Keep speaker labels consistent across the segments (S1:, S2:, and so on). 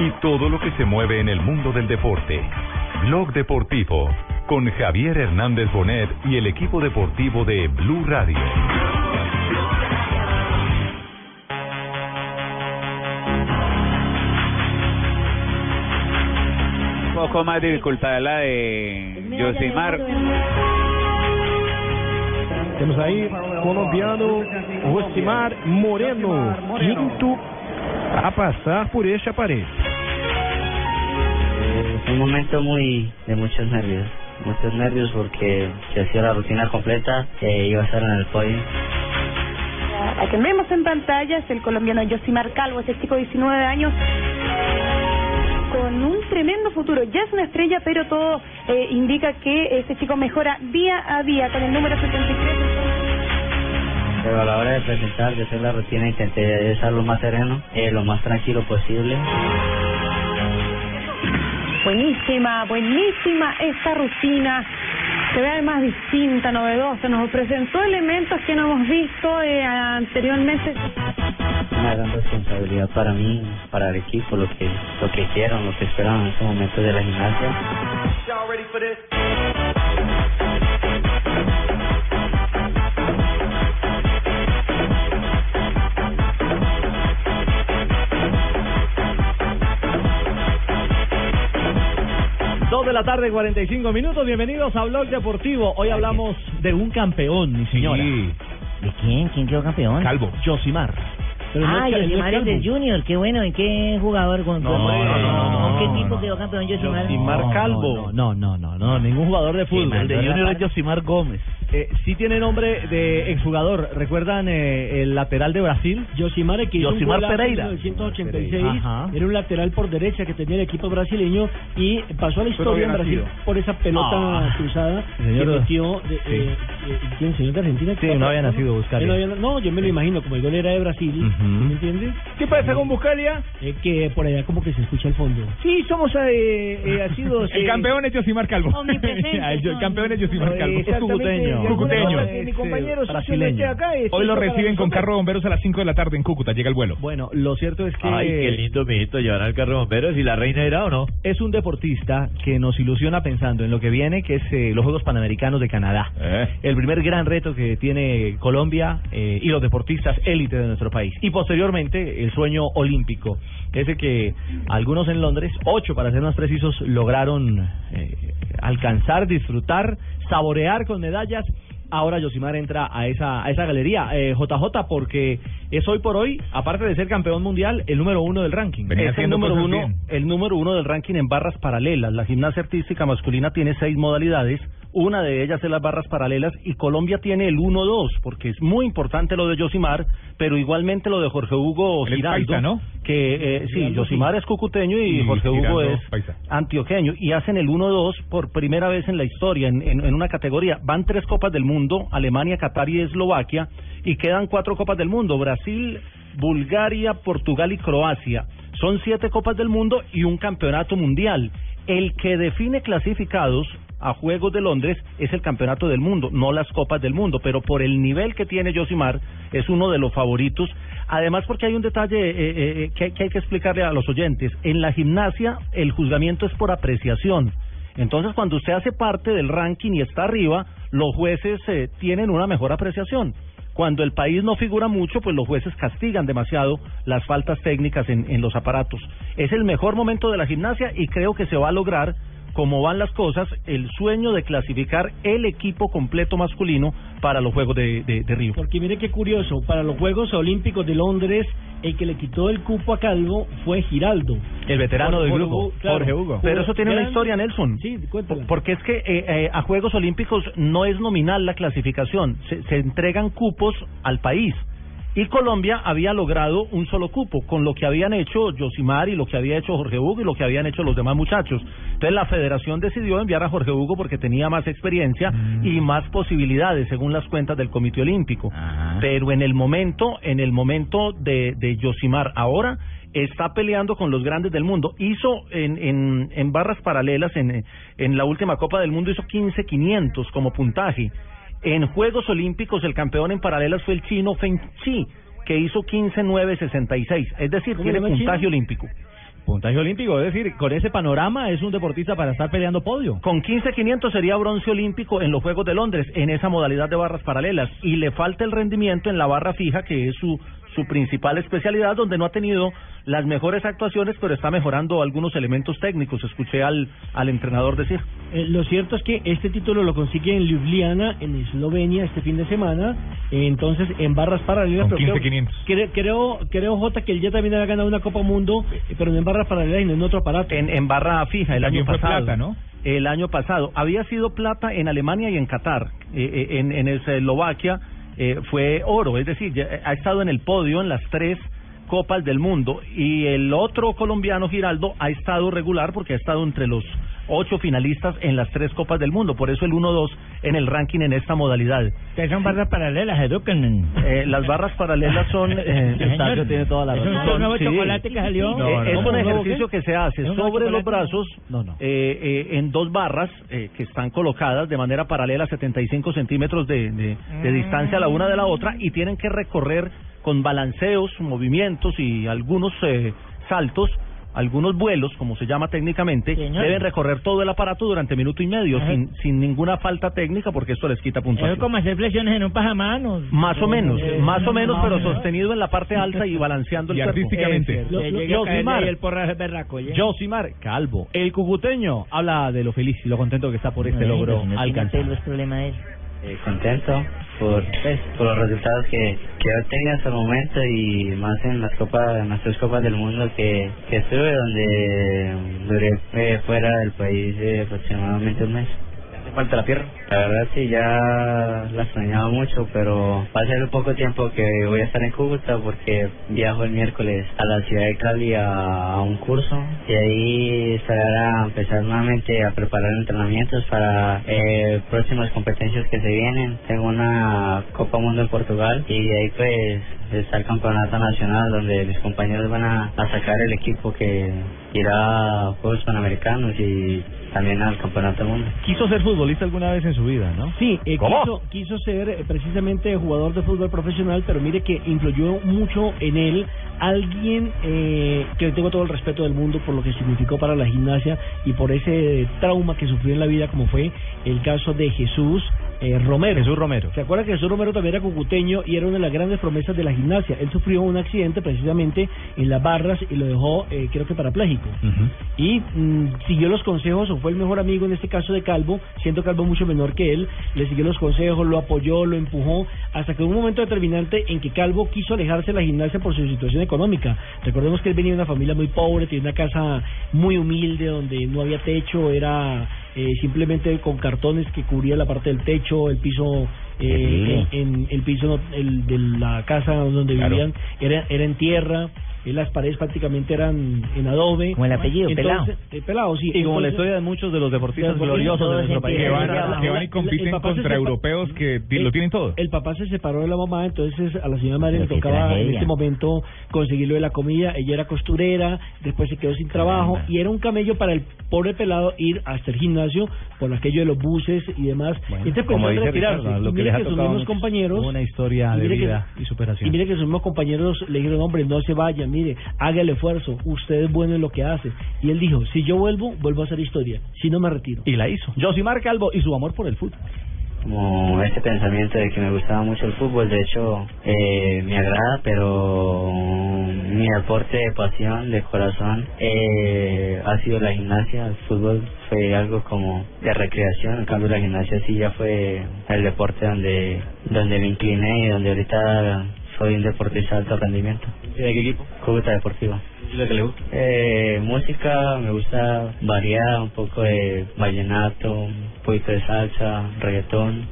S1: y todo lo que se mueve en el mundo del deporte. Blog Deportivo con Javier Hernández Bonet y el equipo deportivo de Blue Radio.
S2: Un poco más dificultad la de Josimar.
S3: Temos aí colombiano Josimar Moreno, quinto a passar por este aparelho.
S4: Eh, fue un momento muy de muchos nervios, muchos nervios porque si hacía la rutina completa eh, iba a estar en el podio.
S5: A que Eh, vemos en pantalla es el colombiano Josimar Calvo, ese chico de 19 años con un tremendo futuro. Ya es una estrella, pero todo eh, indica que este chico mejora día a día con el número 73.
S4: Pero a la hora de presentar, de hacer la rutina, intenté estar lo más sereno, eh, lo más tranquilo posible.
S6: Buenísima, buenísima esta rutina. Se ve además distinta, novedosa. Nos presentó elementos que no hemos visto eh, anteriormente.
S4: Una gran responsabilidad para mí, para el equipo, lo que, lo que hicieron, lo que esperaban en ese momento de la gimnasia.
S7: Dos de la tarde, 45 minutos. Bienvenidos a Blog Deportivo. Hoy hablamos de un campeón, mi señora.
S3: E
S8: ¿De quién? ¿Quién quedó campeón?
S7: Calvo. Josimar. Pero no
S8: ah,
S7: es- no es
S8: Yosimar es del
S7: Calvo.
S8: Junior. Qué bueno. ¿En qué jugador? ¿Con,
S7: No,
S8: con-
S7: no, no, no,
S8: ¿con
S7: no,
S8: qué
S7: no,
S8: equipo
S7: no.
S8: quedó campeón Yosimar?
S7: Josimar
S8: No,
S7: Calvo.
S8: no,
S7: no, no, no, ningún jugador de
S8: fútbol.
S7: El de Junior es Josimar Gómez. sí tiene nombre de exjugador. ¿Recuerdan eh, el lateral de Brasil?
S9: Josimar, que hizo un
S7: Josimar
S9: golazo en
S7: Pereira.
S9: 1986,
S7: Ajá.
S9: era un lateral por derecha que tenía el equipo brasileño y pasó a la historia en
S7: hubiera
S9: Brasil
S7: sido.
S9: por esa pelota
S7: Ah.
S9: cruzada
S7: Señor-
S9: que metió de,
S7: Sí.
S9: eh, eh, ¿quién, señor de Argentina.
S7: Sí, no había nacido Buscalia.
S9: Él no había- no, yo me lo imagino, como el gol era de Brasil,
S7: Ujú.
S9: ¿me entiendes? Eh,
S7: ¿Qué pasa con Buscalia?
S9: que por allá como que se escucha al fondo.
S7: Sí, somos eh, asiduos. eh,
S10: El campeón es Josimar Calvo.
S6: Omnipresentes
S10: Ah, el, el
S6: son.
S10: campeón es Josimar Calvo.
S7: Cucuteño.
S10: Cucuteño.
S7: Mi compañero brasileño.
S10: Hoy lo reciben con carro de bomberos a las 5 de la tarde en Cúcuta. Llega el vuelo.
S7: Bueno, lo cierto es que
S11: lindo, mijito, llevar al carro de bomberos y la reina irá o no.
S7: es un deportista que nos ilusiona pensando en lo que viene, que es eh, los Juegos Panamericanos de Canadá.
S11: Eh.
S7: El primer gran reto que tiene Colombia eh, y los deportistas élite de nuestro país. Y posteriormente, el sueño olímpico. Ese que algunos en Londres, ocho para ser más precisos, lograron eh, alcanzar, disfrutar, saborear con medallas. Ahora Josimar entra a esa, a esa galería, eh, JJ, porque es hoy por hoy, aparte de ser campeón mundial, el número uno del ranking.
S10: Venía
S7: Es el
S10: haciendo
S7: número
S10: cosas
S7: uno
S10: bien.
S7: el número uno del ranking en barras paralelas. La gimnasia artística masculina tiene seis modalidades. Una de ellas es las barras paralelas y Colombia tiene el 1-2, porque es muy importante lo de Josimar, pero igualmente lo de Jorge Hugo
S10: El
S7: Giraldo,
S10: paisa, ¿no?
S7: que eh, sí,
S10: Giraldo,
S7: Josimar es cucuteño y,
S10: Y
S7: Jorge Hugo
S10: Giraldo,
S7: es
S10: paisa.
S7: antioqueño y hacen el 1-2 por primera vez en la historia en, en- en una categoría. Van tres copas del mundo, Alemania, Qatar y Eslovaquia, y quedan cuatro copas del mundo, Brasil, Bulgaria, Portugal y Croacia. Son siete copas del mundo y un campeonato mundial. El que define clasificados a Juegos de Londres es el campeonato del mundo, no las copas del mundo, pero por el nivel que tiene Josimar es uno de los favoritos. Además, porque hay un detalle eh, eh, eh, que, hay- que hay que explicarle a los oyentes. En la gimnasia, el juzgamiento es por apreciación. Entonces, cuando usted hace parte del ranking y está arriba, los jueces eh, tienen una mejor apreciación. Cuando el país no figura mucho, pues los jueces castigan demasiado las faltas técnicas en, en los aparatos. Es el mejor momento de la gimnasia y creo que se va a lograr, como van las cosas, el sueño de clasificar el equipo completo masculino para los Juegos de, de- de Río.
S9: Porque mire qué curioso, para los Juegos Olímpicos de Londres, el que le quitó el cupo a Calvo fue Giraldo.
S7: El veterano del
S9: Jorge
S7: grupo,
S9: Hugo, claro.
S7: Pero eso tiene una
S9: Gran-
S7: historia, Nelson.
S9: Sí, cuéntala.
S7: Porque es que eh, eh, a Juegos Olímpicos no es nominal la clasificación, se, se entregan cupos al país. Y Colombia había logrado un solo cupo, con lo que habían hecho Yosimar y lo que había hecho Jorge Hugo y lo que habían hecho los demás muchachos. Entonces la federación decidió enviar a Jorge Hugo porque tenía más experiencia
S12: Mm.
S7: y más posibilidades, según las cuentas del Comité Olímpico. Pero en el momento, en el momento de, de Yosimar ahora, está peleando con los grandes del mundo. Hizo en, en, en barras paralelas, en, en la última Copa del Mundo, hizo 15-500 como puntaje. En Juegos Olímpicos, el campeón en paralelas fue el chino Feng Chi, que hizo 15-9-66. Es decir,
S12: ¿Cómo
S7: tiene
S12: le va el
S7: puntaje
S12: chino?
S7: olímpico.
S12: Puntaje olímpico, es decir, con ese panorama es un deportista para estar peleando podio.
S7: Con 15.500 sería bronce olímpico en los Juegos de Londres, en esa modalidad de barras paralelas. Y le falta el rendimiento en la barra fija, que es su, su principal especialidad, donde no ha tenido las mejores actuaciones, pero está mejorando algunos elementos técnicos. Escuché al, al entrenador decir.
S9: Eh, lo cierto es que este título lo consigue en Ljubljana, en Eslovenia, este fin de semana. Eh, entonces, en barras paralelas.
S10: Con
S9: pero
S10: 15.500.
S9: Creo, creo, creo, creo, Jota, que él ya también había ganado una Copa Mundo, eh, pero no en barras paralelas, sino en otro aparato.
S7: En, en barra fija, el
S10: También
S7: año
S10: fue
S7: pasado.
S10: plata, ¿no?
S7: El año pasado. Había sido plata en Alemania y en Qatar. Eh, eh, en, en Eslovaquia eh, fue oro, es decir, ya, eh, ha estado en el podio en las tres Copas del Mundo. Y el otro colombiano, Giraldo, ha estado regular porque ha estado entre los ocho finalistas en las tres Copas del Mundo. Por eso el 1-2 en el ranking en esta modalidad.
S3: Ustedes son barras paralelas, eduquen.
S7: Eh, las barras paralelas son. eh,
S3: Sí, señor.
S7: Estacio tiene toda la
S3: Es un
S7: razón.
S3: nuevo
S7: Sí.
S3: chocolate que salió.
S7: Eh,
S3: No, no,
S7: es
S3: no.
S7: un
S3: ¿Nuevo
S7: ejercicio
S3: qué?
S7: que se hace
S3: ¿Es un nuevo
S7: sobre los
S3: chocolate?
S7: brazos eh, eh, en dos barras eh, que están colocadas de manera paralela a 75 centímetros de, de- de distancia la una de la otra y tienen que recorrer con balanceos, movimientos y algunos eh, saltos. Algunos vuelos, como se llama técnicamente,
S3: Señor.
S7: deben recorrer todo el aparato durante minuto y medio,
S3: Ajá.
S7: sin, sin ninguna falta técnica, porque esto les quita puntuación.
S3: Es como hacer flexiones en un pajamanos.
S7: Más o menos,
S3: Eh,
S7: más o
S3: no,
S7: menos,
S3: no,
S7: pero
S3: no.
S7: sostenido en la parte alta y balanceando el
S10: Y
S7: cuerpo.
S10: artísticamente.
S7: Es cierto.
S3: Lo- lo-
S7: Yo,
S3: Yosimar.
S7: Simar,
S12: Josimar Calvo, el cucuteño, habla de lo feliz y lo contento que está por este
S3: No,
S12: logro
S3: pues, no tiene
S12: alcanzado.
S3: pelo, es problema de él.
S4: Eh, contento por, pues, por los resultados que, que he obtenido hasta el momento y más en las copas, en las tres copas del mundo que, que estuve donde duré eh, fuera del país eh, aproximadamente un mes. ¿Te falta la tierra? La verdad sí, ya la extrañaba mucho, pero va a ser un poco tiempo que voy a estar en Cúcuta porque viajo el miércoles a la ciudad de Cali a, a un curso y ahí estará a empezar nuevamente a preparar entrenamientos para eh, próximas competencias que se vienen. Tengo una Copa Mundo en Portugal y de ahí pues está el Campeonato Nacional donde mis compañeros van a, a sacar el equipo que irá a Juegos Panamericanos y también al Campeonato del Mundo.
S12: Quiso ser futbolista alguna vez en su vida, ¿no?
S9: Sí, eh,
S12: ¿Cómo?
S9: quiso, quiso ser eh, precisamente jugador de fútbol profesional, pero mire que influyó mucho en él alguien eh, que le tengo todo el respeto del mundo por lo que significó para la gimnasia y por ese eh, trauma que sufrió en la vida, como fue el caso de Jesús. eh, Romero. Jesús
S12: Romero.
S9: ¿Se acuerda que Jesús Romero también era cucuteño y era una de las grandes promesas de la gimnasia? Él sufrió un accidente precisamente en las barras y lo dejó, eh, creo que parapléjico y mm, siguió los consejos o fue el mejor amigo en este caso de Calvo, siendo Calvo mucho menor que él, le siguió los consejos, lo apoyó, lo empujó, hasta que hubo un momento determinante en que Calvo quiso alejarse de la gimnasia por su situación económica. Recordemos que él venía de una familia muy pobre, tenía una casa muy humilde donde no había techo, era eh, simplemente con cartones que cubría la parte del techo, el piso eh, en, en el piso el, de la casa donde
S3: Claro.
S9: vivían era, era en tierra, eh, las paredes prácticamente eran en adobe.
S3: Como el apellido,
S9: Entonces,
S3: pelado.
S9: eh, pelado, sí.
S12: Y como la
S9: Entonces,
S12: historia de muchos de los deportistas gloriosos de nuestro país.
S10: Que van,
S9: Ahora,
S10: que van
S9: el-
S10: y
S9: el
S10: compiten
S9: papá se
S10: contra
S9: sepa-
S10: europeos que ti-
S9: el-
S10: Eh, lo tienen todo.
S9: El papá se separó de la mamá, entonces a la señora madre
S10: Pero
S9: le
S10: qué
S9: tocaba en
S10: tragedia.
S9: este momento conseguir lo de la comida. Ella era costurera, después se quedó sin trabajo y era un camello para el pobre pelado ir hasta el gimnasio por aquello de los buses y demás. Entonces
S12: como
S9: pensó en
S12: dice
S9: retirarse.
S12: Ricardo,
S9: Y
S12: lo que
S9: mire
S12: les ha
S9: que sus
S12: tocado a
S9: mismos
S12: muchos.
S9: compañeros
S12: Una historia
S9: y
S12: de
S9: mire que-
S12: vida y
S9: y
S12: superación.
S9: mire que sus mismos compañeros le dijeron, hombre, no se vaya, mire, haga el esfuerzo, usted es bueno en lo que hace. Y él dijo, si yo vuelvo, vuelvo a hacer historia, si no me retiro.
S12: Y la hizo. Josimar Calvo y su amor por el fútbol.
S4: como este pensamiento de que me gustaba mucho el fútbol, de hecho eh, me agrada, pero mi deporte de pasión, de corazón, eh, ha sido la gimnasia, el fútbol fue algo como de recreación, en cambio la gimnasia sí ya fue el deporte donde, donde me incliné y donde ahorita soy un deportista de alto rendimiento.
S12: ¿De qué equipo?
S4: Cúcuta Deportiva.
S12: ¿Y lo que le gusta?
S4: Eh, música me gusta variada, un poco de vallenato, un poquito de salsa, reggaetón.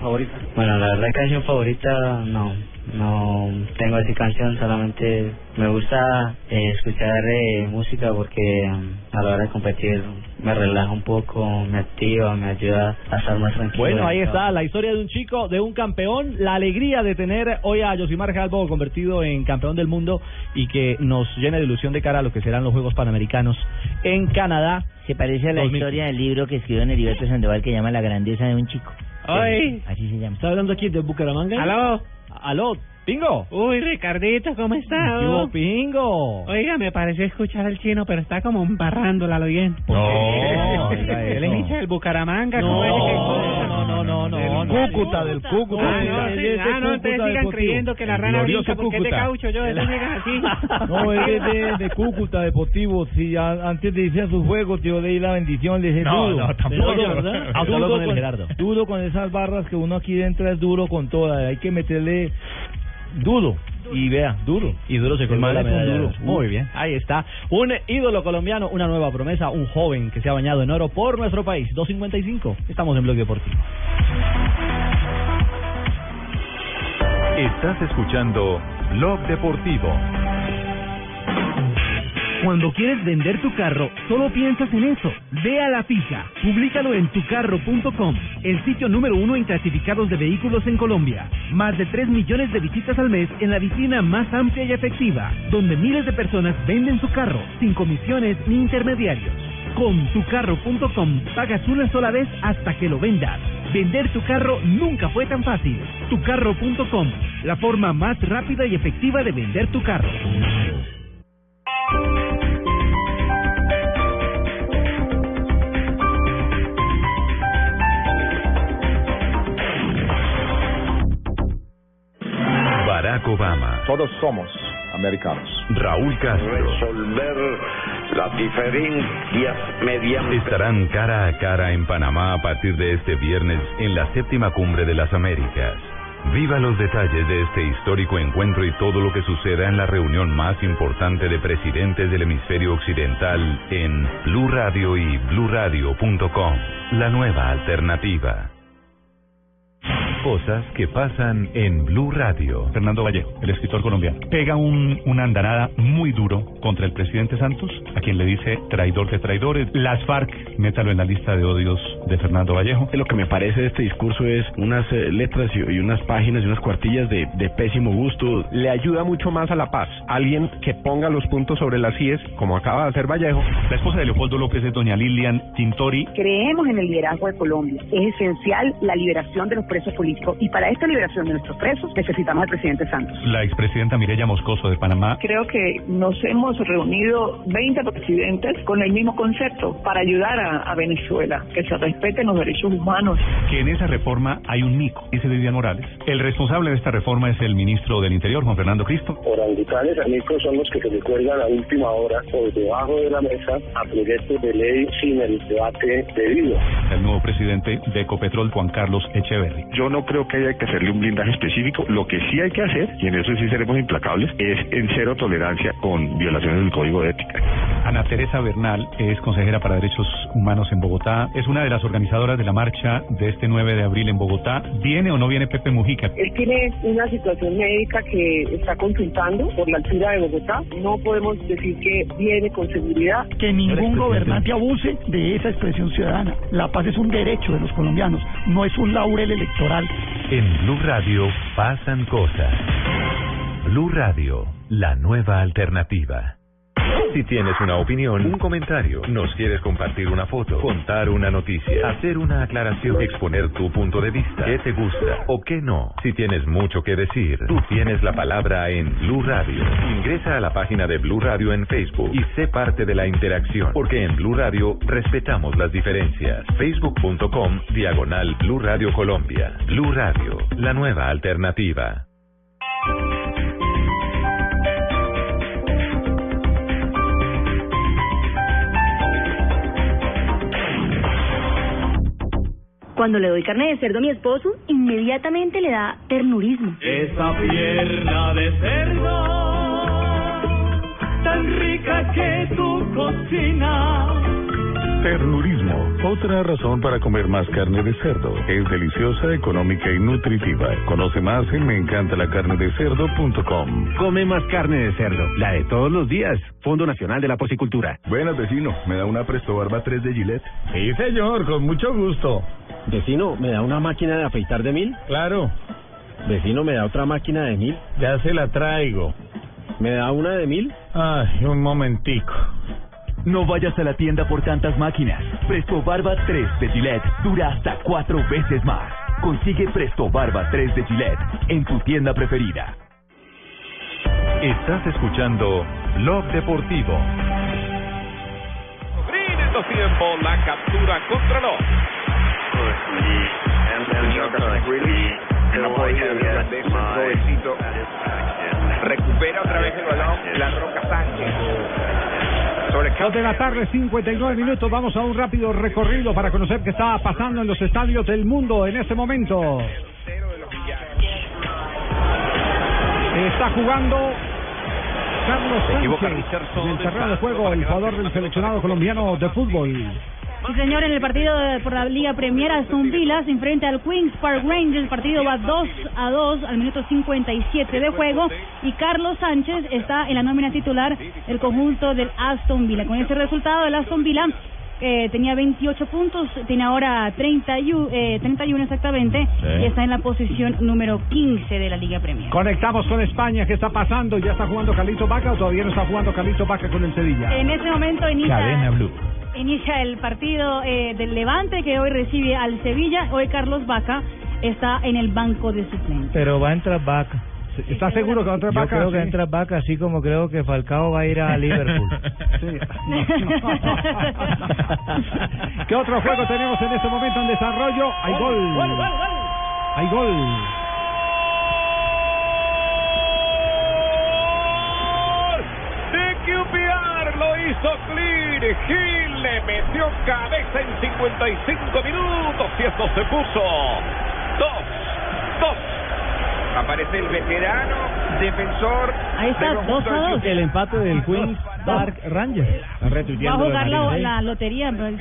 S12: ¿Favorita?
S4: Bueno, la verdad canción favorita no, no tengo esa canción, solamente me gusta eh, escuchar eh, música porque mm, a la hora de competir me relaja un poco, me activa, me ayuda a estar más tranquilo.
S7: Bueno, ahí está la historia de un chico, de un campeón, la alegría de tener hoy a Josimar Galbo convertido en campeón del mundo y que nos llena de ilusión de cara a lo que serán los Juegos Panamericanos en Canadá.
S9: Se parece a la
S7: 2000.
S9: historia del libro que escribió Heriberto Sandoval que llama La grandeza de un chico.
S8: Ay.
S9: Así se llama.
S13: ¿Está hablando aquí de Bucaramanga?
S8: Aló.
S7: Aló, Pingo.
S8: Uy, Ricardito, ¿cómo estás?
S7: ¿Qué hubo, Pingo?
S8: Oiga, me pareció escuchar al chino, pero está como un parrándola al oyente.
S7: No, oiga
S8: Él es
S7: eso.
S8: hincha del Bucaramanga.
S7: No,
S8: ¿cómo es que-
S7: no, no, no, no, no.
S8: Cúcuta, del Cúcuta. Ah, no,
S13: Él
S8: Ah, sí,
S13: es de
S8: ah, no, ustedes
S13: Cúcuta
S8: sigan
S13: Deportivo.
S8: creyendo que la
S13: El
S8: rana
S13: glorioso
S8: brinca porque es de
S13: Cúcuta.
S8: caucho. Yo de
S13: El-
S8: así.
S14: No, él es de, de Cúcuta Deportivo. Si a- antes de irse a sus juegos, yo leí la bendición, le dije
S7: No,
S14: duro.
S7: no, tampoco.
S14: Duro,
S7: ¿verdad? Hasta luego, el Gerardo.
S14: duro con esas barras que uno aquí entra es duro con todas. Hay que meterle duro. Y vea, duro.
S7: Y duro se colmó
S14: El
S7: la
S14: man es un
S7: medalla. de
S14: duro.
S7: oro. Muy bien, ahí está. Un ídolo colombiano, una nueva promesa, un joven que se ha bañado en oro por nuestro país. 2.55, estamos en Blog Deportivo.
S1: Estás escuchando Blog Deportivo.
S12: Cuando quieres vender tu carro, solo piensas en eso. Ve a la fija. Públicalo en tucarro.com, el sitio número uno en clasificados de vehículos en Colombia. Más de 3 millones de visitas al mes en la vitrina más amplia y efectiva, donde miles de personas venden su carro sin comisiones ni intermediarios. Con tucarro.com pagas una sola vez hasta que lo vendas. Vender tu carro nunca fue tan fácil. Tucarro.com, la forma más rápida y efectiva de vender tu carro.
S1: Barack Obama.
S15: Todos somos americanos.
S1: Raúl Castro.
S15: Resolver las diferencias mediante
S1: Estarán cara a cara en Panamá a partir de este viernes en la séptima cumbre de las Américas. Viva los detalles de este histórico encuentro y todo lo que suceda en la reunión más importante de presidentes del hemisferio occidental en Blue Radio y bluradio.com. La nueva alternativa. Cosas que pasan en Blue Radio.
S10: Fernando Vallejo, el escritor colombiano, pega un, una andanada muy duro contra el presidente Santos, a quien le dice traidor de traidores. Las FARC, métalo en la lista de odios de Fernando Vallejo.
S11: Lo que me parece de este discurso es unas eh, letras y, y unas páginas y unas cuartillas de, de pésimo gusto. Le ayuda mucho más a la paz alguien que ponga los puntos sobre las IES, como acaba de hacer Vallejo.
S10: La esposa de Leopoldo López es doña Lilian Tintori.
S5: Creemos en el liderazgo de Colombia. Es esencial la liberación de los presos políticos y para esta liberación de nuestros presos necesitamos al presidente Santos.
S10: La expresidenta Mireya Moscoso de Panamá.
S3: Creo que nos hemos reunido 20 presidentes con el mismo concepto para ayudar a, a Venezuela, que se respeten los derechos humanos.
S10: Que en esa reforma hay un mico, dice Vivian Morales. El responsable de esta reforma es el ministro del Interior, Juan Fernando Cristo.
S16: orangutanes amigos son los que se recuerdan a última hora por debajo de la mesa a proyectos de ley sin el debate debido.
S10: El nuevo presidente de Ecopetrol, Juan Carlos Echeverry.
S17: Yo no creo que haya que hacerle un blindaje específico. Lo que sí hay que hacer, y en eso sí seremos implacables, es en cero tolerancia con violaciones del código de ética.
S10: Ana Teresa Bernal es consejera para derechos humanos en Bogotá. Es una de las organizadoras de la marcha de este 9 de abril en Bogotá. ¿Viene o no viene Pepe Mujica?
S3: Él tiene una situación médica que está consultando por la altura de Bogotá. No podemos decir que viene con seguridad.
S18: Que ningún gobernante abuse de esa expresión ciudadana. La paz es un derecho de los colombianos, no es un laurel electoral.
S1: En Blue Radio pasan cosas. Blue Radio, la nueva alternativa. Si tienes una opinión, un comentario, nos quieres compartir una foto, contar una noticia, hacer una aclaración, exponer tu punto de vista, qué te gusta o qué no. Si tienes mucho que decir, tú tienes la palabra en Blue Radio. Ingresa a la página de Blue Radio en Facebook y sé parte de la interacción, porque en Blue Radio respetamos las diferencias. Facebook.com, diagonal Blue Radio Colombia. Blue Radio, la nueva alternativa.
S19: Cuando le doy carne de cerdo a mi esposo, inmediatamente le da ternurismo.
S20: Esa pierna de cerdo, tan rica que tú cocinas,
S21: Ternurismo. Otra razón para comer más carne de cerdo. Es deliciosa, económica y nutritiva. Conoce más en meencantalacarnedecerdo.com.
S9: Come más carne de cerdo, la de todos los días. Fondo Nacional de la Porcicultura.
S2: Buenas, vecino. ¿Me da una Presto Barba 3 de Gillette?
S22: Sí, señor, con mucho gusto.
S9: Vecino, ¿me da una máquina de afeitar de mil?
S22: Claro.
S9: Vecino, ¿me da otra máquina de mil?
S22: Ya se la traigo.
S9: ¿Me da una de mil?
S22: Ay, un momentico.
S14: No vayas a la tienda por tantas máquinas. Presto Barba 3 de Gillette dura hasta cuatro veces más. Consigue Presto Barba 3 de Gillette en tu tienda preferida.
S1: Estás escuchando Blog Deportivo.
S23: Green en dos tiempos, la captura contra los.
S24: No podía hablar de ese pobrecito.
S23: Recupera otra vez el balón, la roca Sánchez.
S25: Dos de la tarde, 59 minutos. Vamos a un rápido recorrido para conocer qué está pasando en los estadios del mundo en este momento. Está jugando Carlos Sánchez en el terreno de juego, el jugador del seleccionado colombiano de fútbol.
S19: Sí, señor, en el partido de- por la Liga Premier, Aston Villa se enfrenta al Queen's Park Rangers. El partido va 2 a 2 al minuto 57 de juego. Y Carlos Sánchez está en la nómina titular del conjunto del Aston Villa. Con ese resultado, el Aston Villa eh, tenía 28 puntos, tiene ahora 31, eh, 31 exactamente,
S25: Sí.
S19: y está en la posición número 15 de la Liga Premier.
S25: Conectamos con España. ¿Qué está pasando? ¿Ya está jugando Carlito Vaca o todavía no está jugando Carlito Vaca con el Sevilla?
S19: En este momento inicia.
S25: Blue.
S19: Inicia el partido eh, del Levante que hoy recibe al Sevilla. Hoy Carlos Vaca está en el banco de suplentes.
S8: Pero va a entrar vaca.
S25: ¿Estás seguro que va a entrar Vaca?
S8: Yo creo que
S25: Sí.
S8: entra vaca, así como creo que Falcao va a ir a Liverpool.
S25: ¿Qué otro juego tenemos en este momento en desarrollo? Hay gol. Hay gol.
S23: de QPR lo hizo Clear. Gil le metió cabeza en 55 minutos y esto se puso 2 2 aparece el veterano defensor
S19: Ahí está,
S23: del
S19: dos
S23: conjunto
S19: a
S23: del
S19: dos.
S12: El empate del Queen's Park Rangers.
S19: Va a jugar la, la lotería. pero el-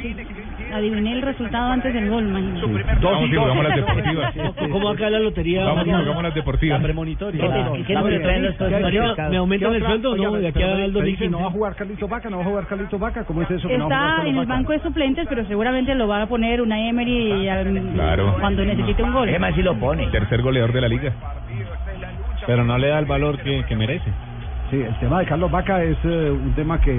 S19: Adiviné el resultado antes del gol, imagínate.
S26: Dos
S23: Vamos
S26: y
S23: y
S26: dos.
S23: jugamos las deportivas.
S26: ¿Cómo acá la lotería?
S23: Vamos y
S26: Mariano?
S23: jugamos las deportivas.
S26: La premonitoria.
S25: ¿Qué-
S26: La-
S25: qué
S26: la-
S25: número
S26: la-
S25: traen los
S26: ¿qué-
S25: clasificados?
S26: qué- ¿Me aumentan
S25: ¿Qué
S26: el
S25: otra-
S26: sueldo?
S25: Oye,
S26: No, de aquí
S25: pero
S26: al
S25: me dice,
S26: 2015.
S25: No va a jugar Carlito Vaca, no va a jugar Carlito Vaca. ¿Cómo es eso? que no va a jugar
S19: Está en
S25: Carlos
S19: el
S25: Vaca?
S19: banco de suplentes, pero seguramente lo va a poner una Emery al-
S10: Claro.
S19: cuando necesite un gol.
S10: si lo pone. Tercer goleador de la liga. Pero no le da el valor que, que merece.
S25: Sí, el tema de Carlos Vaca es eh, un tema que,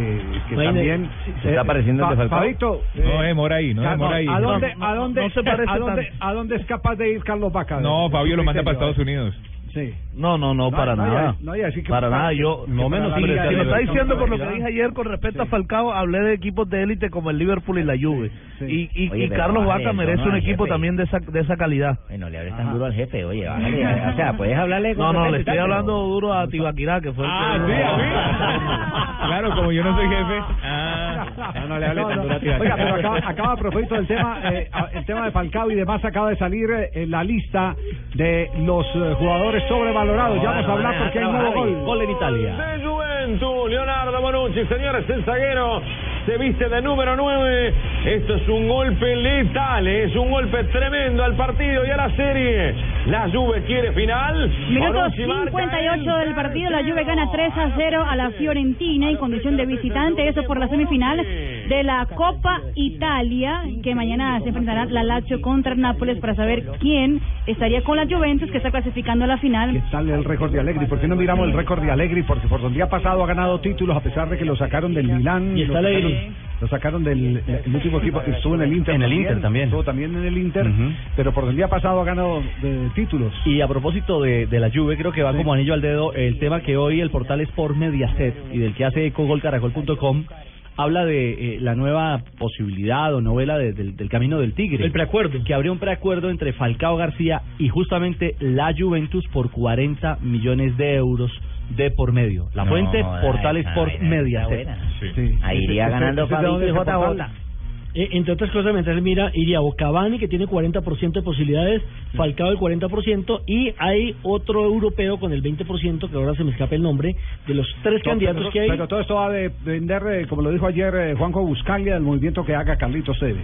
S25: que
S10: Bueno,
S25: también... eh,
S10: se está pareciendo al de Falcao.
S25: Fabito,
S10: No demora ahí, no eh,
S25: Carlos,
S10: demora ahí.
S25: ¿A dónde,
S10: No,
S25: a dónde,
S10: no se parece
S25: a, dónde,
S10: tanto.
S25: a dónde es capaz de ir Carlos Vaca?
S10: No, Fabio lo manda para
S25: Criterio,
S10: Estados Unidos.
S25: Sí.
S10: No, no, no,
S25: para no, nada. ya- no, ya sí que-
S10: para nada, yo-
S25: no menos
S11: Si
S25: Liga
S11: me
S25: de
S11: está
S25: la
S11: diciendo por lo que
S25: Campeonato.
S11: dije ayer con respecto a Falcao, hablé de equipos de élite como el Liverpool y la Juve. Y, y,
S8: Oye,
S11: y
S8: pero
S11: Carlos
S8: bájale
S11: Vaca
S8: el
S11: merece
S8: tono
S11: un
S8: al
S11: equipo
S8: jefe.
S11: también de esa, de esa calidad.
S8: Bueno, le hables tan duro al jefe, oye, bájale, o sea, puedes hablarle con
S11: No, no,
S8: respeto
S11: le
S8: y
S11: estoy
S8: tal, pero-
S11: hablando duro a Tibaquirá, que fue el
S8: Ah,
S11: que...
S8: sí, a
S10: Claro, como yo no soy jefe. Ah, no le hable
S25: No,
S10: tan
S25: no.
S10: duro a ti, Vaca.
S25: Oiga, pero acaba, acaba a propósito del tema, eh, a- el tema de Falcao y demás, acaba de salir eh, la lista de los eh, jugadores sobrevalorados. ya vamos a hablar porque hay nuevo gol.
S12: en Italia.
S23: De Juventus, Leonardo Bonucci, señores, el zaguero se viste de número 9. Esto es un golpe letal, eh, es un golpe tremendo al partido y a la serie. La Juve quiere final.
S19: Minuto
S23: Bonucci marca
S19: 58 del partido, la Juve gana 3 a 0 a la Fiorentina en condición de visitante, eso por la semifinal de la Copa Italia, que mañana se enfrentará la Lazio contra el Nápoles para saber quién estaría con la Juventus que está clasificando a la final.
S25: Sale el récord de Allegri. ¿Por qué no miramos el récord de Allegri? Porque por donde ha pasado ha ganado títulos a pesar de que lo sacaron del Milán.
S26: Y está
S25: lo sacaron-
S26: Allegri.
S25: Lo sacaron del el último equipo que estuvo en el Inter.
S26: En el Inter también.
S25: Estuvo también en el Inter, pero por donde ha pasado ha ganado de títulos.
S12: Y a propósito de, de la Juve, creo que va como anillo al dedo el tema que hoy el portal Sport Mediaset y del que hace eco golcaracol.com habla de eh, la nueva posibilidad o novela de- del, del Camino del Tigre. El preacuerdo. Que habría un preacuerdo entre Falcao García y justamente la Juventus por 40 millones de euros de por medio. La
S8: No,
S12: fuente,
S8: joda,
S12: Portal
S8: esa
S12: Sport
S8: vaina está
S12: Mediaset.
S8: buena. Ahí iría ganando Fabito y JJ.
S26: Eh, entre otras cosas, mientras él mira, iría o Cavani, que tiene 40% de posibilidades, Falcao el 40%, y hay otro europeo con el 20%, que ahora se me escapa el nombre, de los tres
S25: No,
S26: candidatos
S25: pero-
S26: que hay.
S25: Pero todo esto va a depender, eh, como lo dijo ayer eh, Juanjo Buscalia, del movimiento que haga Carlitos Tevez.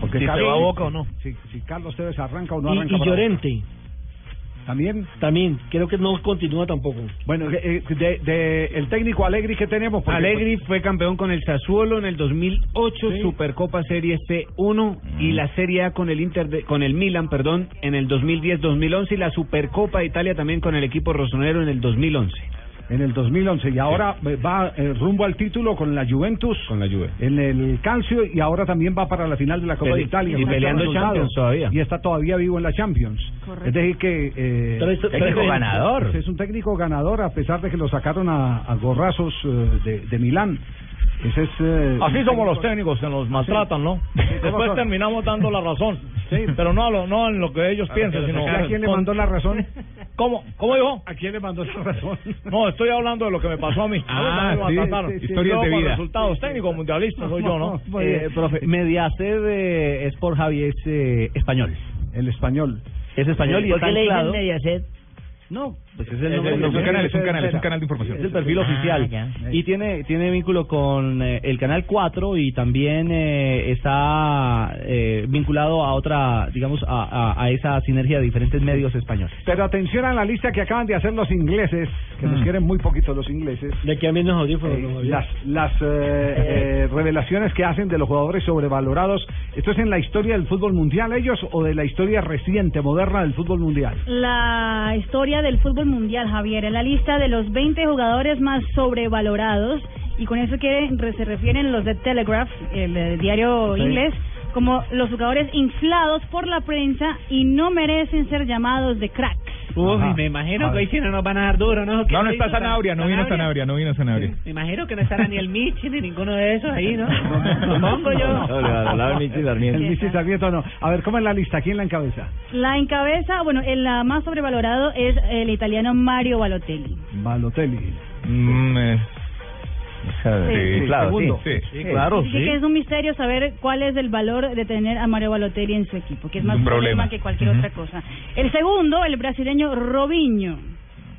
S25: Porque
S26: Si se va a Boca o no.
S25: Si, si Carlos Tevez arranca o no
S26: Y-
S25: arranca.
S26: y
S25: para Boca.
S26: Llorente.
S25: ¿También?
S26: También, creo que no continúa tampoco.
S25: Bueno, eh, de, de- el técnico Alegri que tenemos. porque-
S10: Allegri
S8: pues-
S10: fue campeón con el Sassuolo en el 2008, Supercopa Serie C1
S8: Mm.
S10: y la Serie A con el Inter de- con el Milan, perdón, en el 2010-2011 y la Supercopa de Italia también con el equipo rosonero en el 2011.
S25: En el 2011 y ahora eh, va eh, rumbo al título con la Juventus. Con la Juve. En el Calcio y ahora también va para la final de la Copa
S10: Pele-
S25: de Italia.
S10: y
S25: con
S10: peleando
S25: estos resultados.
S10: Champions todavía.
S25: Y está todavía vivo en la Champions.
S10: Correcto.
S25: Es decir que... eh,
S10: Pero esto- Técnico pero- ganador.
S25: Es un técnico ganador a pesar de que lo sacaron a, a gorrazos eh, de, de Milán. Ese es... eh,
S4: Así
S25: un
S4: somos
S25: técnico-
S4: los técnicos, se nos maltratan, ¿no? Después
S25: son?
S4: terminamos dando la razón. Pero no, a lo- no en lo que ellos piensan, sino.
S25: ¿A quién le
S4: con-
S25: mandó la razón?
S4: ¿Cómo? ¿Cómo dijo?
S25: ¿A quién le mandó la razón?
S4: No, estoy hablando de lo que me pasó a mí.
S25: Ah,
S4: A mí también me
S25: sí,
S4: maltrataron.
S25: sí, sí. Historias
S4: Yo
S25: de
S4: con
S25: vida.
S4: resultados técnicos mundialistas soy yo, ¿no?
S25: Eh, profe,
S12: Mediaset eh, es por Javi, es eh, español.
S25: El español.
S12: Es español y
S8: ¿Por
S12: está
S8: qué le dicen
S12: anclado.
S8: Mediaset?
S12: No, pues es
S8: Es-
S12: el nombre
S8: es un
S12: oficial.
S8: canal, es un canal, es un canal de información.
S12: Es el perfil
S8: Ah,
S12: oficial.
S8: ya.
S12: Y tiene tiene vínculo con eh, el canal 4 y también eh, está eh, vinculado a otra, digamos, a, a, a esa sinergia de diferentes medios españoles.
S25: Pero atención a la lista que acaban de hacer los ingleses, que
S10: Mm.
S25: nos quieren muy poquito los ingleses.
S26: De que a mí nos audífonos.
S25: Eh,
S26: ¿no?
S25: las las eh, eh, revelaciones que hacen de los jugadores sobrevalorados. ¿Esto es en la historia del fútbol mundial ellos o de la historia reciente, moderna del fútbol mundial?
S19: La historia del fútbol mundial, Javier, en la lista de los 20 jugadores más sobrevalorados, y con eso quieren, re- se refieren los de Telegraph, el, eh, diario
S7: Sí.
S19: inglés, como los jugadores inflados por la prensa y no merecen ser llamados de cracks.
S10: Uy,
S7: Ajá.
S10: me imagino
S7: A
S10: que
S7: ver.
S10: hoy sí no nos van a dar duro, ¿no?
S7: No, no está Sanabria, no vino Sanabria, no vino Sanabria.
S10: Me imagino que no estará ni el Michi ni ninguno de esos ahí, ¿no? Supongo yo.
S25: El Michi Sarmiento no. A ver, ¿cómo es la lista? ¿Quién la encabeza?
S19: La encabeza, bueno, el ah, más sobrevalorado es el italiano Mario Balotelli.
S25: Balotelli.
S24: Mm, eh, sí,
S19: Sí,
S24: claro,
S19: segundo.
S24: sí, sí.
S19: Así que es un misterio saber cuál es el valor de tener a Mario Balotelli en su equipo, que es
S24: Es
S19: más
S24: un
S19: problema
S24: problema.
S19: que cualquier otra cosa. El segundo, el brasileño Robinho,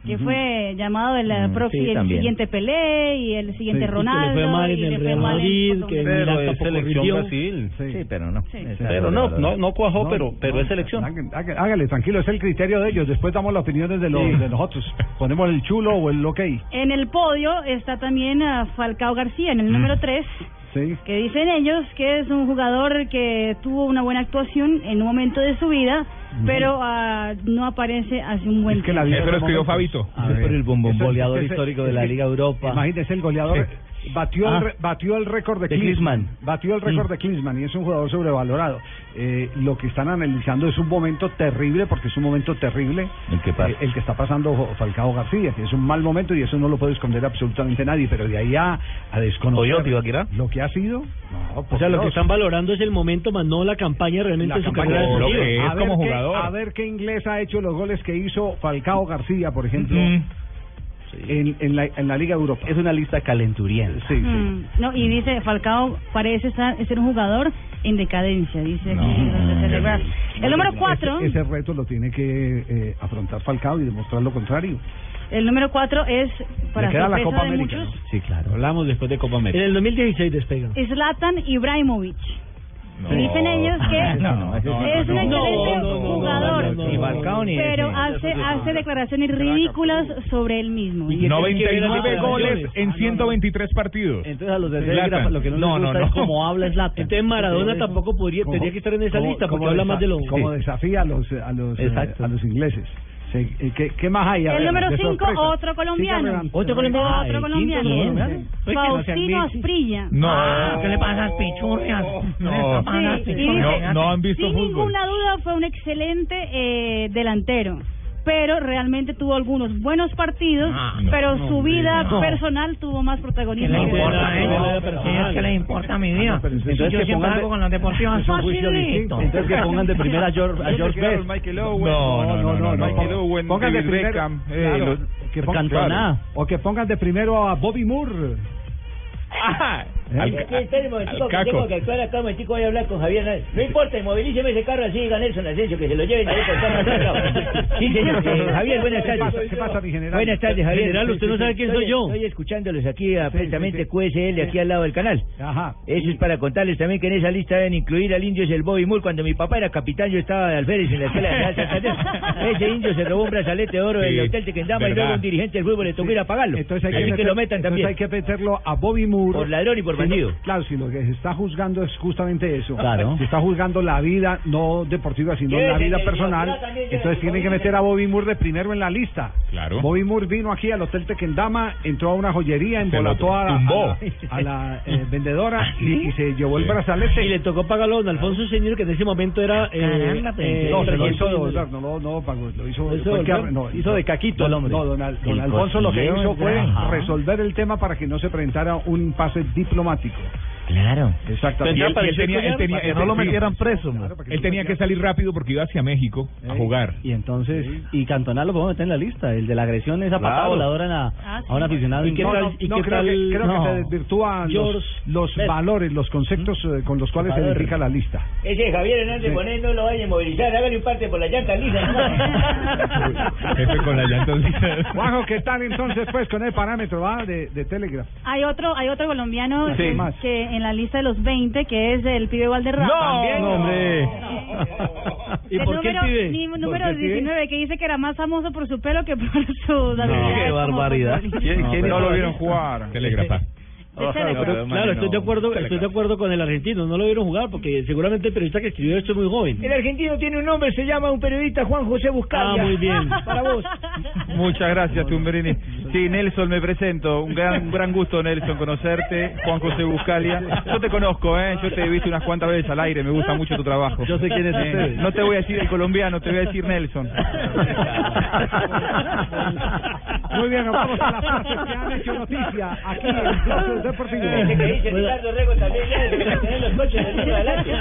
S19: que fue llamado el eh, profi-
S26: Mm, sí,
S19: el
S26: también.
S19: siguiente Pelé y el siguiente
S26: Sí, y
S19: Ronaldo.
S26: que le fue mal en
S19: y le
S26: el
S19: fue
S26: Real
S19: mal en
S26: Madrid,
S19: poco-
S26: que en Milán tampoco rindió.
S4: Sí.
S8: pero no. Esa es
S25: Pero no,
S8: sobrevalorada.
S25: no, no cuajó, pero, pero es selección. Hágale, hágale, tranquilo, es el criterio de ellos. Después damos las opiniones de, los,
S19: Sí.
S25: de nosotros. Ponemos el chulo o el ok.
S19: En el podio está también ah, Falcao García,
S26: Mm.
S19: en el número 3.
S25: Sí.
S19: que dicen ellos que es un jugador que tuvo una buena actuación en un momento de su vida, pero ah, no aparece hace un buen
S25: que la
S19: tiempo.
S25: vida Eso lo escribió
S7: Fabito.
S25: A ver.
S12: el bombón
S25: Eso es-
S12: goleador
S25: ese-
S12: histórico de
S25: es
S12: la
S25: que-
S12: Liga Europa.
S25: Imagínese el goleador. Batió,
S12: Ah.
S25: el, re- batió el récord de,
S12: De Klinsmann.
S25: Batió el récord
S12: Mm.
S25: de Klinsmann y es un jugador sobrevalorado. Eh, lo que están analizando es un momento terrible, porque es un momento terrible
S8: ¿Y qué pasa?
S25: eh, el que está pasando Jo- Falcao García, que es un mal momento y eso no lo puede esconder absolutamente nadie, pero de ahí a, a desconocer
S26: Oye, Tibaquirá.
S25: lo que ha sido. No,
S26: O
S25: por
S26: sea, lo que
S25: Dios.
S26: están valorando es el momento, más no la campaña realmente
S25: La
S26: de su
S25: campaña
S26: carrera
S25: de
S26: deportiva.
S25: a ver qué- a ver qué inglés ha hecho los goles que hizo Falcao García, por ejemplo, en, en, la, en la Liga Europa. Es
S12: una lista calenturienta.
S25: Sí, sí.
S19: Mm, no, y dice Falcao parece estar- ser un jugador en decadencia, dice aquí los de Telegraph. El número 4,
S25: Ese, ese reto lo tiene que eh, afrontar Falcao y demostrar lo contrario.
S19: el número 4 es para
S25: Le queda la
S19: sorpresa
S25: Copa
S19: de
S25: América.
S19: muchos,
S25: Sí, claro.
S10: Hablamos después de Copa América.
S26: En el 2016 despega.
S19: Zlatan Ibrahimovic. Dicen ellos que
S26: No, no,
S19: es un
S26: no, no, no,
S19: excelente
S26: no, no,
S19: jugador,
S26: no, no, no, no.
S19: Ni Falcao ni pero
S26: ese.
S19: hace hace declaraciones ridículas sobre él mismo.
S26: que tiene que ver
S7: 99
S26: las
S7: goles
S26: relaciones?
S10: Ah,
S7: en 123 partidos.
S12: Entonces a los de
S7: Zlatan.
S12: Telegraph lo que no les
S7: No, no,
S12: gusta es
S7: no.
S12: cómo
S10: ah,
S12: habla Zlatan.
S26: Entonces Maradona tampoco podría, tendría que estar en esa
S25: Como-
S26: lista
S25: como
S26: porque habla
S25: desa-
S26: más de lo...
S25: Como desafía a los, eh, a los, eh,
S26: Exacto.
S25: a los ingleses. Sí, ¿y ¿qué, ¿Qué más hay? A
S19: El
S25: ver,
S19: número
S25: de
S19: 5,
S25: sorpresa.
S19: otro colombiano.
S25: Siga adelante.
S19: Otro colombiano.
S26: pues
S19: Faustino Asprilla.
S7: No.
S3: Ah,
S8: ¿Qué le pasa a las pichurrias?
S7: No.
S8: ¿Qué le pasa a las
S19: Sí, y
S8: pichurrias?
S7: No,
S19: dice,
S7: no han visto
S19: sin
S7: fútbol.
S19: ninguna duda fue un excelente eh, delantero, pero realmente tuvo algunos buenos partidos,
S8: Ah, no,
S19: pero
S8: no,
S19: su
S8: hombre,
S19: vida
S8: no.
S19: personal tuvo más
S8: ¿Qué
S19: protagonismo.
S8: le
S19: que-
S8: importa a
S19: No,
S8: ellos?
S19: pero-
S8: ¿Qué es que les importa mi vida?
S25: pero entonces
S8: Entonces
S25: que
S8: Ah, yo siempre
S25: pongan de-
S8: hago con las deportivas.
S25: es un juicio distinto.
S12: Entonces que pongan de primera a George, a
S7: ¿Dónde
S12: George
S7: quedaron
S12: Best.
S7: Michael
S25: No,
S7: Owen?
S25: no, no, no, no.
S7: Michael Owen,
S25: Pongan de
S7: David
S25: primero-
S7: Beckham, eh,
S25: claro,
S7: los-
S25: que pongan-
S7: Cantona.
S25: claro. O que pongan de primero a Bobby Moore.
S7: Ah,
S25: ¿Eh?
S8: Aquí espere un momentico, que tengo que actuar acá un momentico, voy a hablar con Javier. Nadal. No importa, movilíceme ese carro así, diga Nelson Asensio, que se lo lleven ahí por San Francisco. Sí, señor. Eh, Javier, buenas
S25: ¿Qué
S8: tardes.
S25: pasa, qué pasa, mi general?
S8: Buenas tardes, Javier.
S25: General, usted no sabe quién
S8: Estoy-
S25: soy yo.
S8: Estoy escuchándolos aquí atentamente,
S25: sí.
S8: QSL, aquí al lado del canal.
S25: Ajá.
S8: Eso es para contarles también que en esa lista deben incluir al indio es el Bobby Moore. Cuando mi papá era capitán, yo estaba de alférez en la escuela de Real Santander. Ese indio se robó un brazalete de oro del
S25: Sí,
S8: hotel Tequendama y
S25: verdad.
S8: luego un dirigente del fútbol le tocó ir a pagarlo.
S25: Entonces hay
S8: Así
S25: que,
S8: que
S25: meter-
S8: lo metan
S25: entonces
S8: también.
S25: hay que meterlo a Bobby Moore.
S8: Por ladrón y por
S25: Si no-
S8: bandido.
S25: claro, si lo que se está juzgando es justamente eso.
S8: Claro.
S25: Se está juzgando la vida, no deportiva, sino
S8: Llévense
S25: la vida
S8: el
S25: personal.
S8: Biocra también,
S25: Entonces
S8: llévense,
S25: tienen que
S8: Bobby
S25: meter a Bobby Moore de primero en la lista.
S10: Claro.
S25: Bobby Moore vino aquí al Hotel Tequendama, entró a una joyería,
S10: Se lo
S25: embolató a, la- a
S10: tumbó. ¿Ah,
S25: la, a la, eh, vendedora y, y se llevó el brazalete.
S9: Y le tocó pagarlo a don Alfonso Señor, que en ese momento era. eh,
S25: Caramba,
S9: eh,
S25: no, se lo hizo
S9: 300
S25: devolver, no lo no, pagó, lo hizo,
S9: Eso
S25: fue que-
S9: devolver,
S25: no,
S9: hizo de caquito el hombre.
S25: No, don, Al- don
S9: El
S25: Alfonso lo que
S9: cosquilleo
S25: hizo
S9: es
S25: fue
S9: grande.
S25: resolver el tema para que no se presentara un pase diplomático.
S8: Claro.
S25: Exactamente.
S10: Y él- y él tenía- él tenía-
S25: Para
S10: él tenía-
S25: preso.
S10: Él tenía que salir rápido porque iba hacia México a jugar.
S7: Y entonces, y Cantona lo podemos meter en la lista, el de la agresión, esa patada
S25: Claro.
S7: voladora en la-
S25: Ah, sí.
S7: a un aficionado.
S25: ¿Y qué
S7: No,
S25: tal-
S7: no,
S25: y
S7: no,
S25: qué
S7: creo
S25: tal-
S7: que- creo que se desvirtúa.
S25: desvirtúan los,
S8: George
S25: los
S8: Best.
S25: valores, los conceptos eh, con los cuales se
S8: Valor.
S25: identifica la lista.
S8: Ese Javier Hernández Bonet no lo vaya a movilizar, hágale un parte por la llanta lisa.
S10: Jefe con la llanta
S25: Juanjo, ¿qué tal entonces pues con el parámetro va, de, de Telegraph?
S19: Hay otro, hay otro colombiano
S25: Sí.
S19: que- que en la lista de los 20, que es el pibe Valderrama. Eh,
S25: ¿Y
S19: El
S25: por qué
S19: número,
S25: el pibe?
S19: ni-
S25: ¿Por
S19: número
S25: qué el pibe?
S19: 19, que dice que era más famoso por su pelo que por su
S25: qué barbaridad. ¿Quién- quién
S10: pero
S25: no lo
S10: ahí
S25: vieron
S10: está.
S25: jugar?
S10: Telegrafa.
S19: Ojalá,
S9: Claro,
S19: pero
S9: pero-
S19: imagino-
S9: claro, estoy de acuerdo, estoy de acuerdo con el argentino, no lo vieron jugar porque seguramente el periodista que escribió esto es muy joven.
S8: El argentino tiene un nombre, se llama un periodista Juan José Buscalia.
S9: Ah, muy bien.
S8: Para vos.
S27: Muchas gracias, Tumberini. Sí, Nelson, me presento. Un gran, un gran gusto, Nelson, conocerte. Juan José Buscalia. Yo te conozco, ¿eh? Yo te he visto unas cuantas veces al aire. Me gusta mucho tu trabajo.
S9: Yo sé quién es
S27: Eh,
S9: usted.
S27: No te voy a decir el colombiano, te voy a decir Nelson.
S25: Muy bien, nos vamos a las partes que han hecho noticia aquí en Placer
S8: Ese que dice
S25: Deportivo.
S8: Ricardo Rego también, ya, que tener los coches del niño adelante.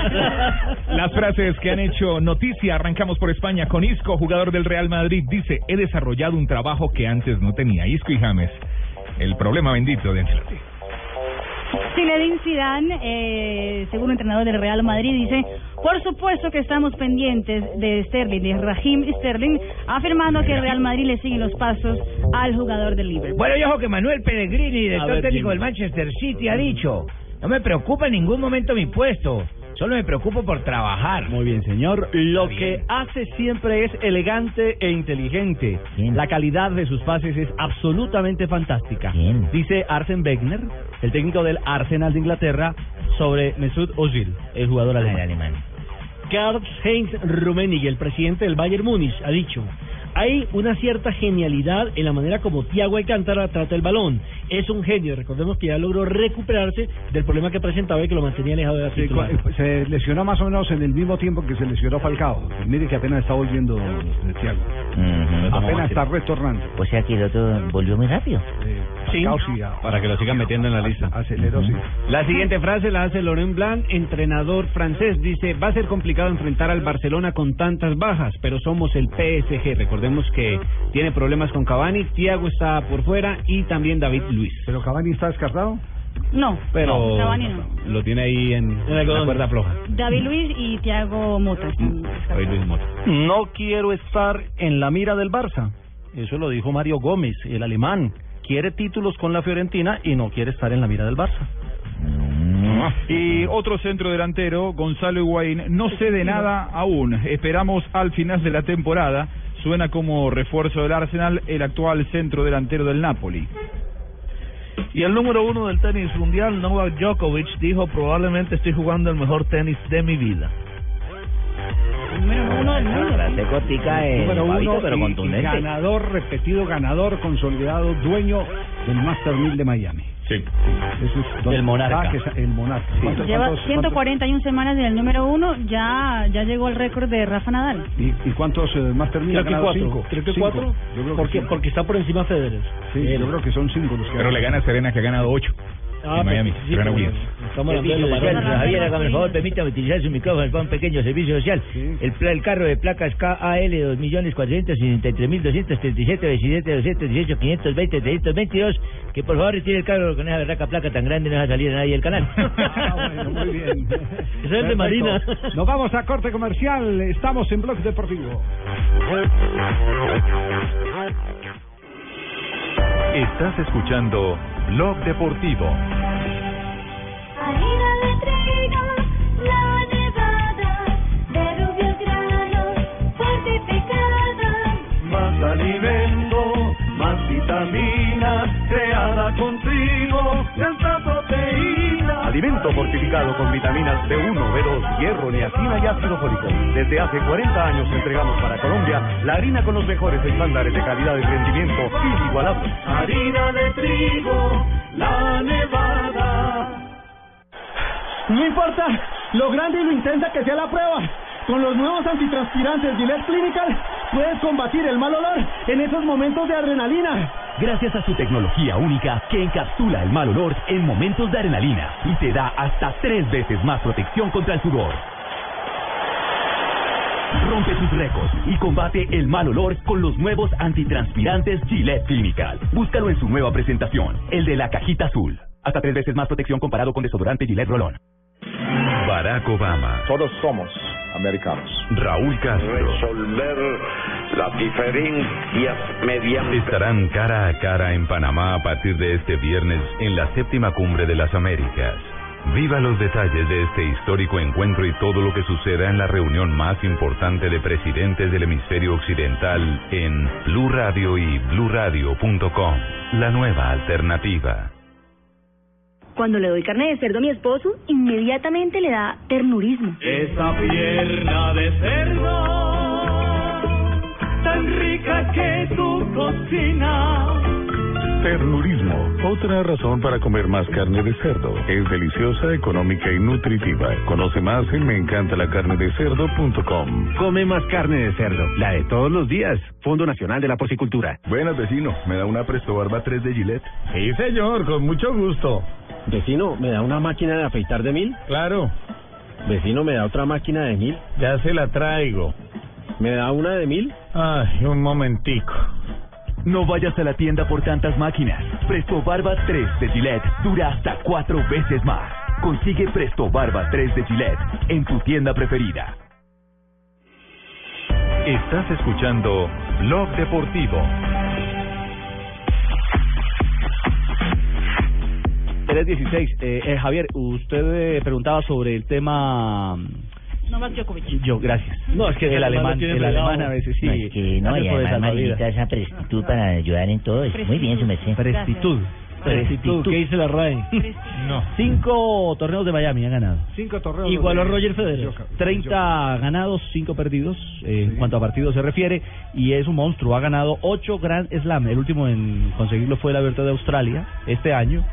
S10: Las frases que han hecho noticia, arrancamos por España con Isco, jugador del Real Madrid, dice, he desarrollado un trabajo que antes no tenía. Isco y James, el problema bendito de Ancelotti.
S19: Zinedine Zidane, eh, según entrenador del Real Madrid, dice, por supuesto que estamos pendientes de Sterling, de Raheem Sterling, afirmando que el Real Madrid le sigue los pasos al jugador del Liverpool.
S8: Bueno, yo ojo que Manuel Pellegrini,
S7: A
S8: director
S7: ver,
S8: técnico
S7: Jimmy.
S8: del Manchester City, ha dicho, no me preocupa en ningún momento mi puesto, solo me preocupo por trabajar.
S7: Muy bien, señor. Lo que hace siempre es elegante e inteligente. La calidad de sus pases es absolutamente fantástica. Dice Arsen Wenger, el técnico del Arsenal de Inglaterra, sobre Mesut Özil, el jugador alemán.
S9: Karl-Heinz Rummenigge, el presidente del Bayern Múnich, ha dicho, hay una cierta genialidad en la manera como Thiago Alcántara trata el balón. Es un genio. Recordemos que ya logró recuperarse del problema que presentaba y que lo mantenía alejado de la
S25: Sí,
S9: titular.
S25: cu- se lesionó más o menos en el mismo tiempo que se lesionó Falcao. Mire que apenas está volviendo eh, Thiago. Apenas está retornando.
S8: O sea que el otro volvió muy rápido.
S25: Falcao sí, a-
S8: Para que lo sigan metiendo en la lista.
S25: aceleró, sí.
S12: La siguiente frase la hace Laurent Blanc, entrenador francés. Dice, va a ser complicado enfrentar al Barcelona con tantas bajas, pero somos el PSG. Recordemos que tiene problemas con Cavani, Thiago está por fuera y también David Luis.
S25: ¿Pero Cavani está descartado?
S19: No,
S12: Pero
S19: Cavani no.
S12: lo tiene ahí en la
S7: algodón.
S12: cuerda floja.
S19: David Luis y Thiago Mota.
S12: David Luis Mora.
S7: No quiero estar en la mira del Barça. Eso lo dijo Mario Gómez, el alemán. Quiere títulos con la Fiorentina y no quiere estar en la mira del Barça.
S27: Y otro centro delantero, Gonzalo Higuaín, no cede nada aún. Esperamos al final de la temporada. Suena como refuerzo del Arsenal, el actual centro delantero del Napoli.
S3: Y el número uno del tenis mundial, Novak Djokovic, dijo probablemente estoy jugando el mejor tenis de mi vida.
S19: Número uno del mundo.
S8: Frase cortica, eh,
S25: Número
S8: pavito,
S25: uno
S8: pero
S25: y- y
S8: contundente.
S25: ganador, repetido ganador, consolidado, dueño del Master 1000 de Miami.
S10: Sí.
S25: Eso es donde-
S8: El monarca.
S25: Ah, que es el monarca. ¿Cuántos-
S19: Lleva
S25: cuántos-
S19: 141 semanas en el número uno, ya, ya llegó al récord de Rafa Nadal.
S25: ¿Y, y cuántos eh, Master 1000
S9: Creo
S25: ha
S9: que
S25: ganado?
S9: cuatro.
S25: Cinco.
S9: Creo que
S25: Cinco.
S9: cuatro.
S25: Yo creo que
S9: Porque,
S25: cinco.
S9: porque está por encima Federer.
S25: Sí, yo creo que son cinco los que
S10: Pero le gana a Serena que ha ganado ocho. Ah, pues, en Miami. Serena Williams.
S8: Pues, Servicio social, señor Javier, hágame el favor, permítame utilizar su micrófono para un pequeño servicio social. El, pla- el carro de placas KAL 2.463.237, 27, 200, 18, 520, 322, que por favor retire el carro con esa berraca placa tan grande, no va a salir a nadie del canal.
S25: Ah, Muy bien.
S8: Eso es de Marina.
S25: Nos vamos a corte comercial. Estamos en Blog Deportivo.
S1: Estás escuchando Blog Deportivo.
S28: Harina de trigo, la nevada, de rubios granos, fortificada.
S3: Más alimento, más vitamina, creada con trigo, tanta proteína.
S29: Alimento fortificado con vitaminas B1, B2, hierro, niacina y ácido fólico. Desde hace 40 años entregamos para Colombia la harina con los mejores estándares de calidad y rendimiento inigualables.
S3: Harina de trigo, la nevada.
S30: No importa lo grande y lo intensa que sea la prueba. Con los nuevos antitranspirantes Gillette Clinical puedes combatir el mal olor en esos momentos de adrenalina.
S11: Gracias a su tecnología única que encapsula el mal olor en momentos de adrenalina y te da hasta tres veces más protección contra el sudor. Rompe tus récords y combate el mal olor con los nuevos antitranspirantes Gillette Clinical. Búscalo en su nueva presentación, el de la cajita azul. Hasta tres veces más protección comparado con desodorante Gillette Rolón.
S1: Barack Obama.
S31: Todos somos americanos.
S1: Raúl Castro.
S31: Resolver las diferencias mediante
S1: Estarán cara a cara en Panamá a partir de este viernes en la séptima cumbre de las Américas. Viva los detalles de este histórico encuentro y todo lo que suceda en la reunión más importante de presidentes del hemisferio occidental en Blue Radio y BlueRadio.com. La nueva alternativa.
S19: Cuando le doy carne de cerdo a mi esposo, inmediatamente le da ternurismo.
S32: Esa pierna de cerdo, tan rica que tu cocina.
S33: Ternurismo, otra razón para comer más carne de cerdo. Es deliciosa, económica y nutritiva. Conoce más en meencantalacarnedecerdo.com.
S34: Come más carne de cerdo, la de todos los días. Fondo Nacional de la Porcicultura.
S35: Buenas, vecino. ¿Me da una Presto Barba 3 de Gillette?
S36: Sí, señor, con mucho gusto.
S37: Vecino, ¿me da una máquina de afeitar de mil?
S36: Claro,
S37: Vecino, ¿me da otra máquina de mil?
S36: ya se la traigo.
S37: ¿Me da una de mil?
S36: Ay, un momentico.
S11: No vayas a la tienda por tantas máquinas. Presto Barba 3 de Gillette dura hasta cuatro veces más. Consigue Presto Barba 3 de Gillette en tu tienda preferida.
S1: Estás escuchando Blog Deportivo.
S12: Tres 16. Eh, eh, Javier, usted eh, preguntaba sobre el tema.
S4: Novak Djokovic.
S12: Yo, gracias.
S8: No, es que
S12: el
S8: ese
S12: alemán,
S8: hermano tiene
S12: el
S8: pegado.
S12: alemán a veces sí.
S8: No, es que no, y
S12: Gracias
S8: además
S12: por esa vida.
S8: maldita esa prestitud para ayudar en todo. Es muy bien, su merced.
S12: Prestitud. Prestitud. ¿Qué dice la RAE?
S10: No.
S12: Cinco torneos de Miami ha ganado.
S25: Cinco torneos.
S12: Igualó a
S25: de-
S12: Roger Federer.
S25: Djokovic.
S12: 30 ganados, 5 perdidos eh, en cuanto a partidos se refiere. Y es un monstruo. Ha ganado 8 Grand Slam. El último en conseguirlo fue el abierto de Australia este año.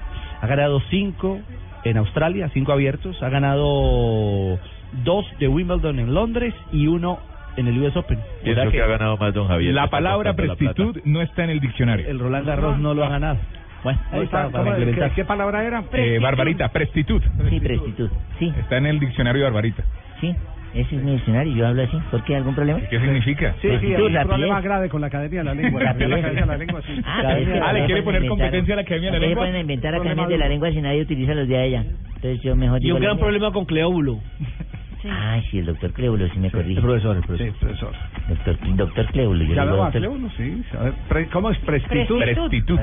S12: Ha ganado 5 en Australia, 5 abiertos. Ha ganado 2 de Wimbledon en Londres y 1 en el US Open. O sea
S31: Pienso que ha ganado más don Javier.
S10: La
S31: Está
S10: palabra
S31: costando la plata.
S10: prestitud no está en el diccionario.
S12: el Roland Garros no lo ha ganado. Bueno, ahí
S25: ¿Cómo
S12: está,
S25: está?
S12: para
S25: ¿Cómo- qué-
S12: complementar.
S25: ¿Qué, palabra era?
S10: Eh, Barbarita, prestitud.
S8: Sí, prestitud. Sí,
S10: Está en el diccionario Barbarita.
S8: sí. Ese es mi diccionario. Yo hablo así. ¿Por qué? ¿Algún problema?
S10: ¿Qué significa?
S25: Sí, sí,
S8: Prestitud,
S25: hay un
S8: rapidez.
S25: problema grave con la Academia de la Lengua. La
S8: Rapidez.
S25: Academia de la Lengua, sí.
S8: Ah, pero es que
S10: Ah, ¿le quiere
S8: después
S10: poner
S8: inventaron-
S10: competencia a la Academia de la
S8: después
S10: Lengua?
S8: pueden inventar
S25: Problema
S8: academias de la
S25: duro.
S8: lengua si nadie utiliza los de ella. Entonces yo mejor
S12: Y
S8: digo
S12: un
S8: la
S12: gran
S8: mía.
S12: problema con Cleóbulo.
S8: Ay, sí, el doctor Cleulo, si me corrige.
S12: profesor, el
S25: Sí, profesor.
S8: Doctor, doctor Cleulo, yo
S25: Ya
S8: le digo
S25: lo
S8: doctor-
S25: hace uno, sí. A ver, pre- ¿Cómo es prestitud?
S10: Prestitud.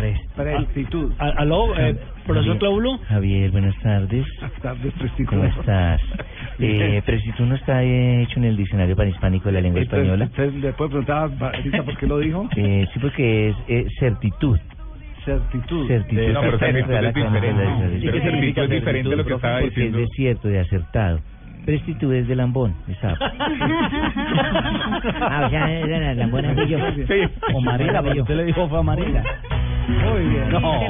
S25: Prestitud.
S12: A- Aló, eh, profesor Cleóbulo.
S37: Javier, buenas tardes.
S25: Buenas tardes, prestitud.
S37: ¿Cómo estás? Eh, prestitud no está eh, hecho en el diccionario panhispánico de la lengua
S25: Entonces,
S37: española.
S25: Usted le puede preguntar a Barbarita por qué lo dijo.
S37: Eh, sí, porque es eh, certitud.
S25: Certitud.
S37: Certitud.
S10: Eh, No, pero
S37: Está
S10: también
S37: en la
S10: es
S37: Academia de la Lengua.
S10: diferente. Sí, pero certitud es
S37: Certitud,
S10: diferente a lo que estaba
S37: porque
S10: diciendo. Mm.
S37: Es de cierto, de acertado. Prestitud es de lambón, de sapo.
S8: Ah, o sea, era la, la buena que yo.
S12: O Marela, porque usted le dijo fue amarela.
S25: Muy bien.
S12: No.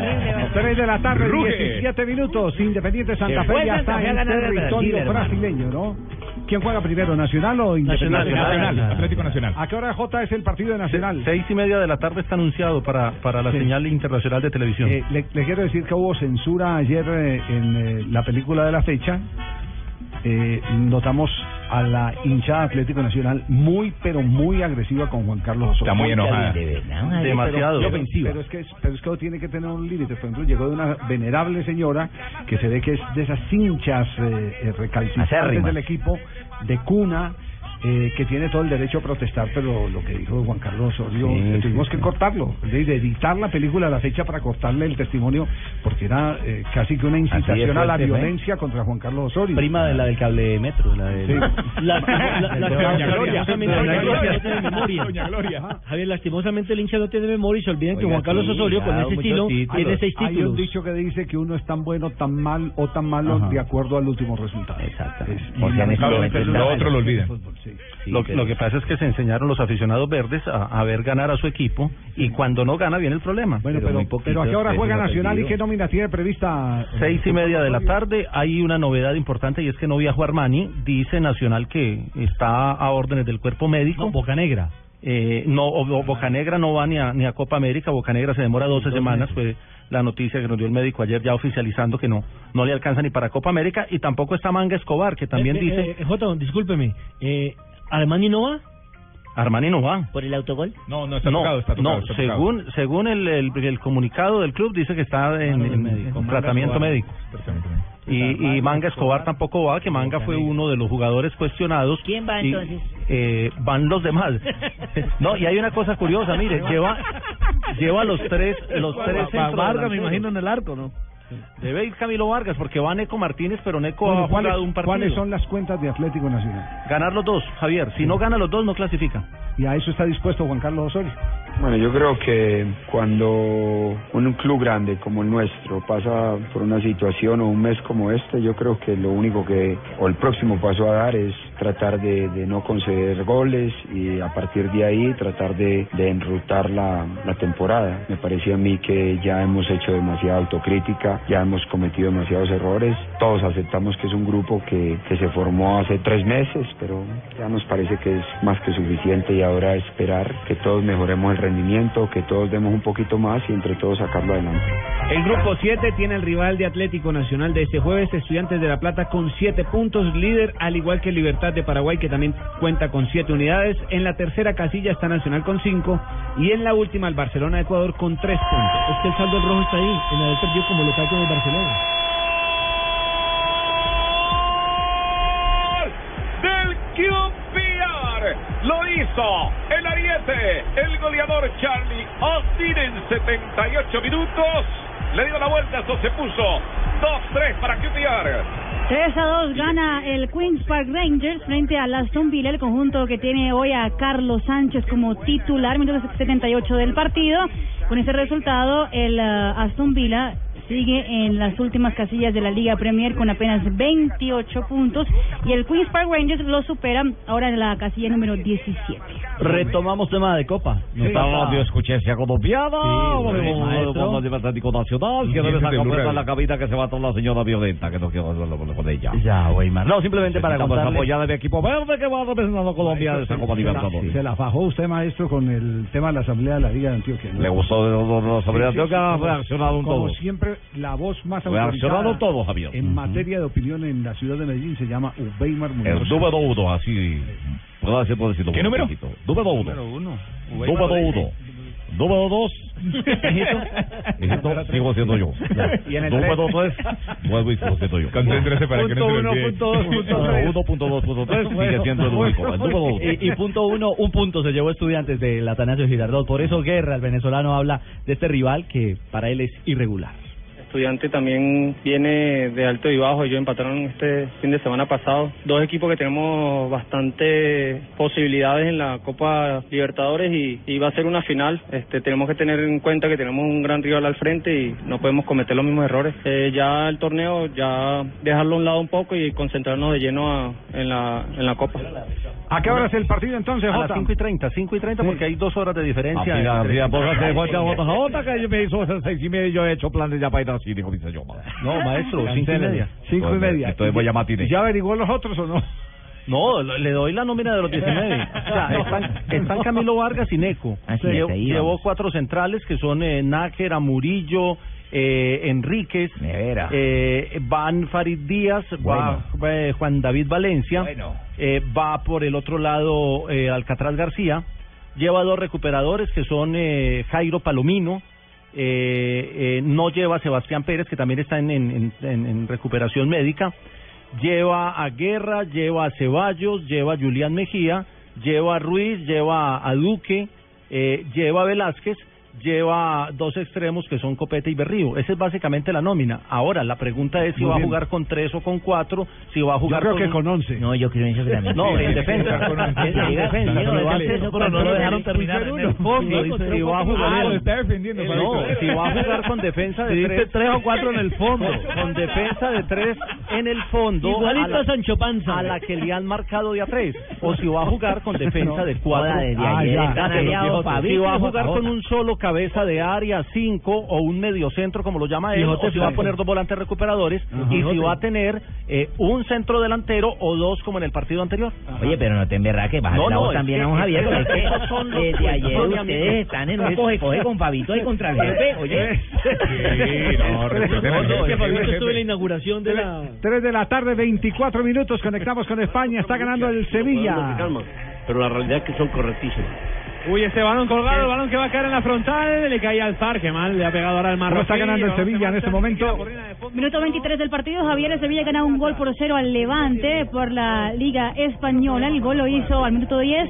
S25: Tres de la tarde,
S10: Ruge.
S25: 17 minutos. Independiente
S8: Que
S25: Santa Fe
S8: juega
S25: ya
S8: Santa
S25: está
S8: Fe a
S25: en
S8: ganar al Brasil,
S25: territorio
S8: hermano.
S25: brasileño, ¿no? ¿Quién juega primero, Nacional o Independiente?
S3: Nacional, Nacional, Atlético Nacional.
S25: ¿A qué hora J es el partido de Nacional?
S7: Seis y media de la tarde está anunciado para, para la
S25: Sí.
S7: señal internacional de televisión.
S25: Eh, le, le quiero decir que hubo censura ayer eh, en eh, la película de la fecha. Eh, notamos a la hinchada Atlético Nacional muy, pero muy agresiva con Juan Carlos Osorio.
S3: Está muy enojada.
S25: Sí,
S7: Demasiado.
S25: Pero, pero- pero es que es- pero es que tiene que tener un límite. Por ejemplo, llegó de una venerable señora que se ve que es de esas hinchas eh, eh, recalcitrantes
S38: Acérrimas.
S25: del equipo, de cuna. eh, que tiene todo el derecho a protestar, pero lo que dijo Juan Carlos Osorio,
S38: Sí,
S25: eh,
S38: sí,
S25: tuvimos que cortarlo, de, de editar la película a la fecha para cortarle el testimonio, porque era eh, casi que una incitación a la
S8: fuerte, ¿no?
S25: violencia contra Juan Carlos Osorio.
S8: Prima de la del cable metro, la de...
S25: Sí.
S9: La- la- la-
S25: Doña Gloria. Doña Gloria.
S9: Doña Gloria. Javier, lastimosamente el hincha no tiene memoria y se olvidan que
S25: Oiga,
S9: Juan Carlos
S25: sí,
S9: Osorio con
S25: claro,
S9: ese
S25: muchos
S9: estilo
S25: títulos.
S9: tiene seis
S25: Hay un
S9: títulos.
S25: dicho que dice que uno es tan bueno, tan mal o tan malo
S38: Ajá.
S25: de acuerdo al último resultado. Exactamente.
S38: O sea, en este momento está mal.
S7: lo, lo que pasa es que se enseñaron los aficionados verdes a, a ver ganar a su equipo y cuando no gana viene el problema. Bueno,
S25: Pero, pero ¿a qué hora juega Nacional y qué nómina tiene prevista? eh,
S7: Seis y media de la tarde hay una novedad importante y es que no viajó Armani. Dice Nacional que está a órdenes del cuerpo médico. Boca Negra. Eh, no, o- o Boca Negra no va ni a, ni a Copa América. Boca Negra se demora 12 semanas. Fue la noticia que nos dio el médico ayer ya oficializando que no no le alcanza ni para Copa América. Y tampoco está Manga Escobar, que también
S9: Eh,
S7: dice
S9: eh, eh, Jota, discúlpeme. Eh, ¿Armani no va?
S7: Armani no va.
S9: ¿Por el autogol?
S3: No, no
S7: no, no, según, según el, el, el comunicado del club dice que está en, en tratamiento
S3: Escobar.
S7: médico.
S25: Pues
S7: Y, y Manga Escobar tampoco va, que Manga fue uno de los jugadores cuestionados. ¿Quién
S11: va, entonces?
S7: eh, van los demás. No, y hay una cosa curiosa, mire, lleva lleva los tres los
S25: Pues
S11: Va-
S7: tres
S11: va- Vargas, me imagino,
S7: en el arco, ¿no? Debe ir Camilo Vargas porque va Neco Martínez, pero Neco
S25: Bueno,
S7: ha
S25: ¿cuáles,
S7: jugado un partido.
S25: cuáles son las cuentas de Atlético Nacional?
S7: Ganar los dos, Javier. Si no gana los dos, no clasifica.
S25: Y a eso está dispuesto Juan Carlos Osorio.
S27: Bueno, yo creo que cuando un club grande como el nuestro pasa por una situación o un mes como este, yo creo que lo único que, o el próximo paso a dar es tratar de, de no conceder goles y a partir de ahí tratar de, de enrutar la, la temporada. Me parece a mí que ya hemos hecho demasiada autocrítica, ya hemos cometido demasiados errores. Todos aceptamos que es un grupo que, que se formó hace tres meses, pero ya nos parece que es más que suficiente y ahora esperar que todos mejoremos el rendimiento, que todos demos un poquito más y entre todos sacarlo adelante.
S39: El grupo 7 tiene el rival de Atlético Nacional de este jueves, Estudiantes de La Plata con 7 puntos, líder al igual que Libertad de Paraguay que también cuenta con 7 unidades. En la tercera casilla está Nacional con 5 y en la última el Barcelona de Ecuador con 3 puntos.
S9: Es que el saldo rojo está ahí, en haber perdido como local con el Barcelona.
S23: del QPR. Lo hizo el ariete, el goleador Charlie Austin en 78 minutos. Le dio la vuelta, eso se puso 2-3 para QPR.
S19: 3 a 2 gana el Queens Park Rangers frente al Aston Villa, el conjunto que tiene hoy a Carlos Sánchez como titular, minuto 78 del partido. Con ese resultado, el eh, Aston Villa sigue en las últimas casillas de la Liga Premier con apenas 28 puntos y el Queens Park Rangers lo supera ahora en la casilla número 17.
S8: Retomamos tema de Copa.
S11: No estaba
S8: Sí.
S11: de escuchencia colombiana.
S8: maestro.
S11: Volvemos con la de Atlético Nacional. Que
S8: Ciencias
S11: debe
S8: del
S11: sacar puesta
S8: Uruguay.
S11: la cabita que se va a tomar la señora Violeta. Que no quiero hablarlo con- con ella.
S8: Ya, Weimar. No, simplemente para
S11: Necesitamos
S8: contarle-
S11: apoyar al equipo verde que va representando a Colombia en esta Copa
S25: Se la,
S11: Libertadores.
S25: se la fajó usted, maestro, con el tema de la Asamblea de la Liga de Antioquia. ¿no?
S11: Le gustó de los dos
S25: Sí, sí,
S11: Tengo que
S25: sí,
S11: ha
S25: como-
S11: reaccionado un
S25: como
S11: todo.
S25: siempre, la voz más
S11: Reaccionado
S25: autorizada
S11: todo, Javier.
S25: en materia de opinión en la ciudad de Medellín se llama Ubeimar Muñoz.
S11: El número uno, así. Gracias por decirlo.
S25: ¿Qué número?
S11: Chiquito. Número uno.
S25: Número uno.
S11: Número uno. Número dos. Ejito, sigo siendo yo.
S23: Y en el
S11: Número
S23: tres.
S11: tres. Vuelvo y sigo siendo yo.
S3: Concéntrese para que no se le olvide.
S11: Número uno, punto dos, punto tres. Sigue siendo el único. El número dos.
S8: Y, y punto uno, un punto se llevó estudiantes del Atanasio Girardot. Por eso Guerra, el venezolano, habla de este rival que para él es irregular.
S12: Estudiante también viene de alto y bajo. Ellos empataron este fin de semana pasado. Dos equipos que tenemos bastante posibilidades en la Copa Libertadores y, y va a ser una final. Este, tenemos que tener en cuenta que tenemos un gran rival al frente y no podemos cometer los mismos errores. Eh, ya el torneo, ya dejarlo a un lado un poco y concentrarnos de lleno a- en, la, en la Copa.
S25: ¿A qué hora es el partido entonces,
S7: A las
S27: Jota?
S7: 5 y 30, 5 y 30 porque hay dos horas de diferencia.
S11: Ah, Mira,
S7: entre-
S11: mira, póngase fuerte a Jota Jota, que me hizo esas seis y media y yo he hecho planes ya para ir al cine con mi señora.
S7: No, maestro, cinco y
S11: Cancelen.
S7: media.
S25: Cinco y
S11: Entonces,
S25: media.
S11: Entonces voy a llamar a Tine.
S25: ¿Ya averiguó los otros o no?
S7: No, lo- le doy la nómina de los 19. O sea, están, están Camilo Vargas y Neco.
S11: Ah,
S8: Así es,
S7: Llevo-
S8: ahí
S7: llevó
S8: vamos.
S7: cuatro centrales que son eh, Nájera, Murillo, eh, Enríquez, eh, van Farid Díaz, va eh, Juan David Valencia, eh, va por el otro lado eh, Alcatraz García, lleva dos recuperadores que son eh, Jairo Palomino, eh, eh, no lleva a Sebastián Pérez, que también está en, en- en- en recuperación médica, lleva a Guerra, lleva a Ceballos, lleva a Julián Mejía, lleva a Ruiz, lleva a Duque, eh, lleva a Velázquez, lleva a dos extremos que son Copete y Berrío. Esa es básicamente la nómina. Ahora, la pregunta es si
S25: Muy
S7: va
S25: bien.
S7: a jugar con tres o con cuatro, si va a
S25: Yo
S7: jugar
S25: creo
S7: con...
S25: que
S7: un-
S25: con 11.
S8: No, yo creo que también.
S7: No, en defensa. En
S8: En
S7: defensa.
S8: defensa.
S7: Pero
S8: No lo dejaron terminar. en el fondo, dice,
S7: Si va a jugar,
S10: defendiendo.
S7: No, si va a jugar con defensa de tres,
S11: tres o cuatro en el fondo.
S7: Con, con defensa de tres en el fondo.
S11: Igualito
S7: a la-
S11: a Sancho Panza.
S7: A la que le han marcado de a tres. O si va a jugar con defensa de cuatro.
S8: Joda, desde ayer
S7: Ah, ya.
S8: están aliados,
S7: Quijote. Si
S8: Fabito,
S7: va a jugar
S8: Jota.
S7: con un solo cabeza de área, cinco o un mediocentro, como lo llama él.
S8: Quijote
S7: O si va a
S8: Fabito.
S7: poner dos volantes recuperadores. Y si
S8: Quijote.
S7: va a tener eh, un centro delantero o dos, como en el partido anterior.
S8: Oye, pero no te emberraques, baja
S7: No,
S8: Ah, la
S7: no,
S8: voz
S7: es
S8: también
S7: que-
S8: a un Javier, porque
S7: esos
S8: es
S7: son
S8: que
S7: los
S8: desde ayer
S7: cuentos, mi
S8: ustedes
S7: amigo.
S8: están en un
S7: Es-
S8: coge, coge con Fabito y contra el jefe, oye.
S10: Sí, no, respeten al jefe, jefe.
S11: inauguración de la...
S25: 3 de la tarde, 24 minutos, conectamos con España, está ganando el Sevilla.
S40: Pero la realidad es que son correctísimos.
S12: Uy, ese balón colgado, el balón que va a caer en la frontal, le caía al zar, que mal, le ha pegado ahora al marroquí.
S25: ¿Cómo está ganando el
S12: balón que
S25: Sevilla en este momento?
S19: Minuto 23 del partido, Javier el Sevilla ganaba un gol por cero al Levante por la Liga Española. El gol lo hizo al minuto 10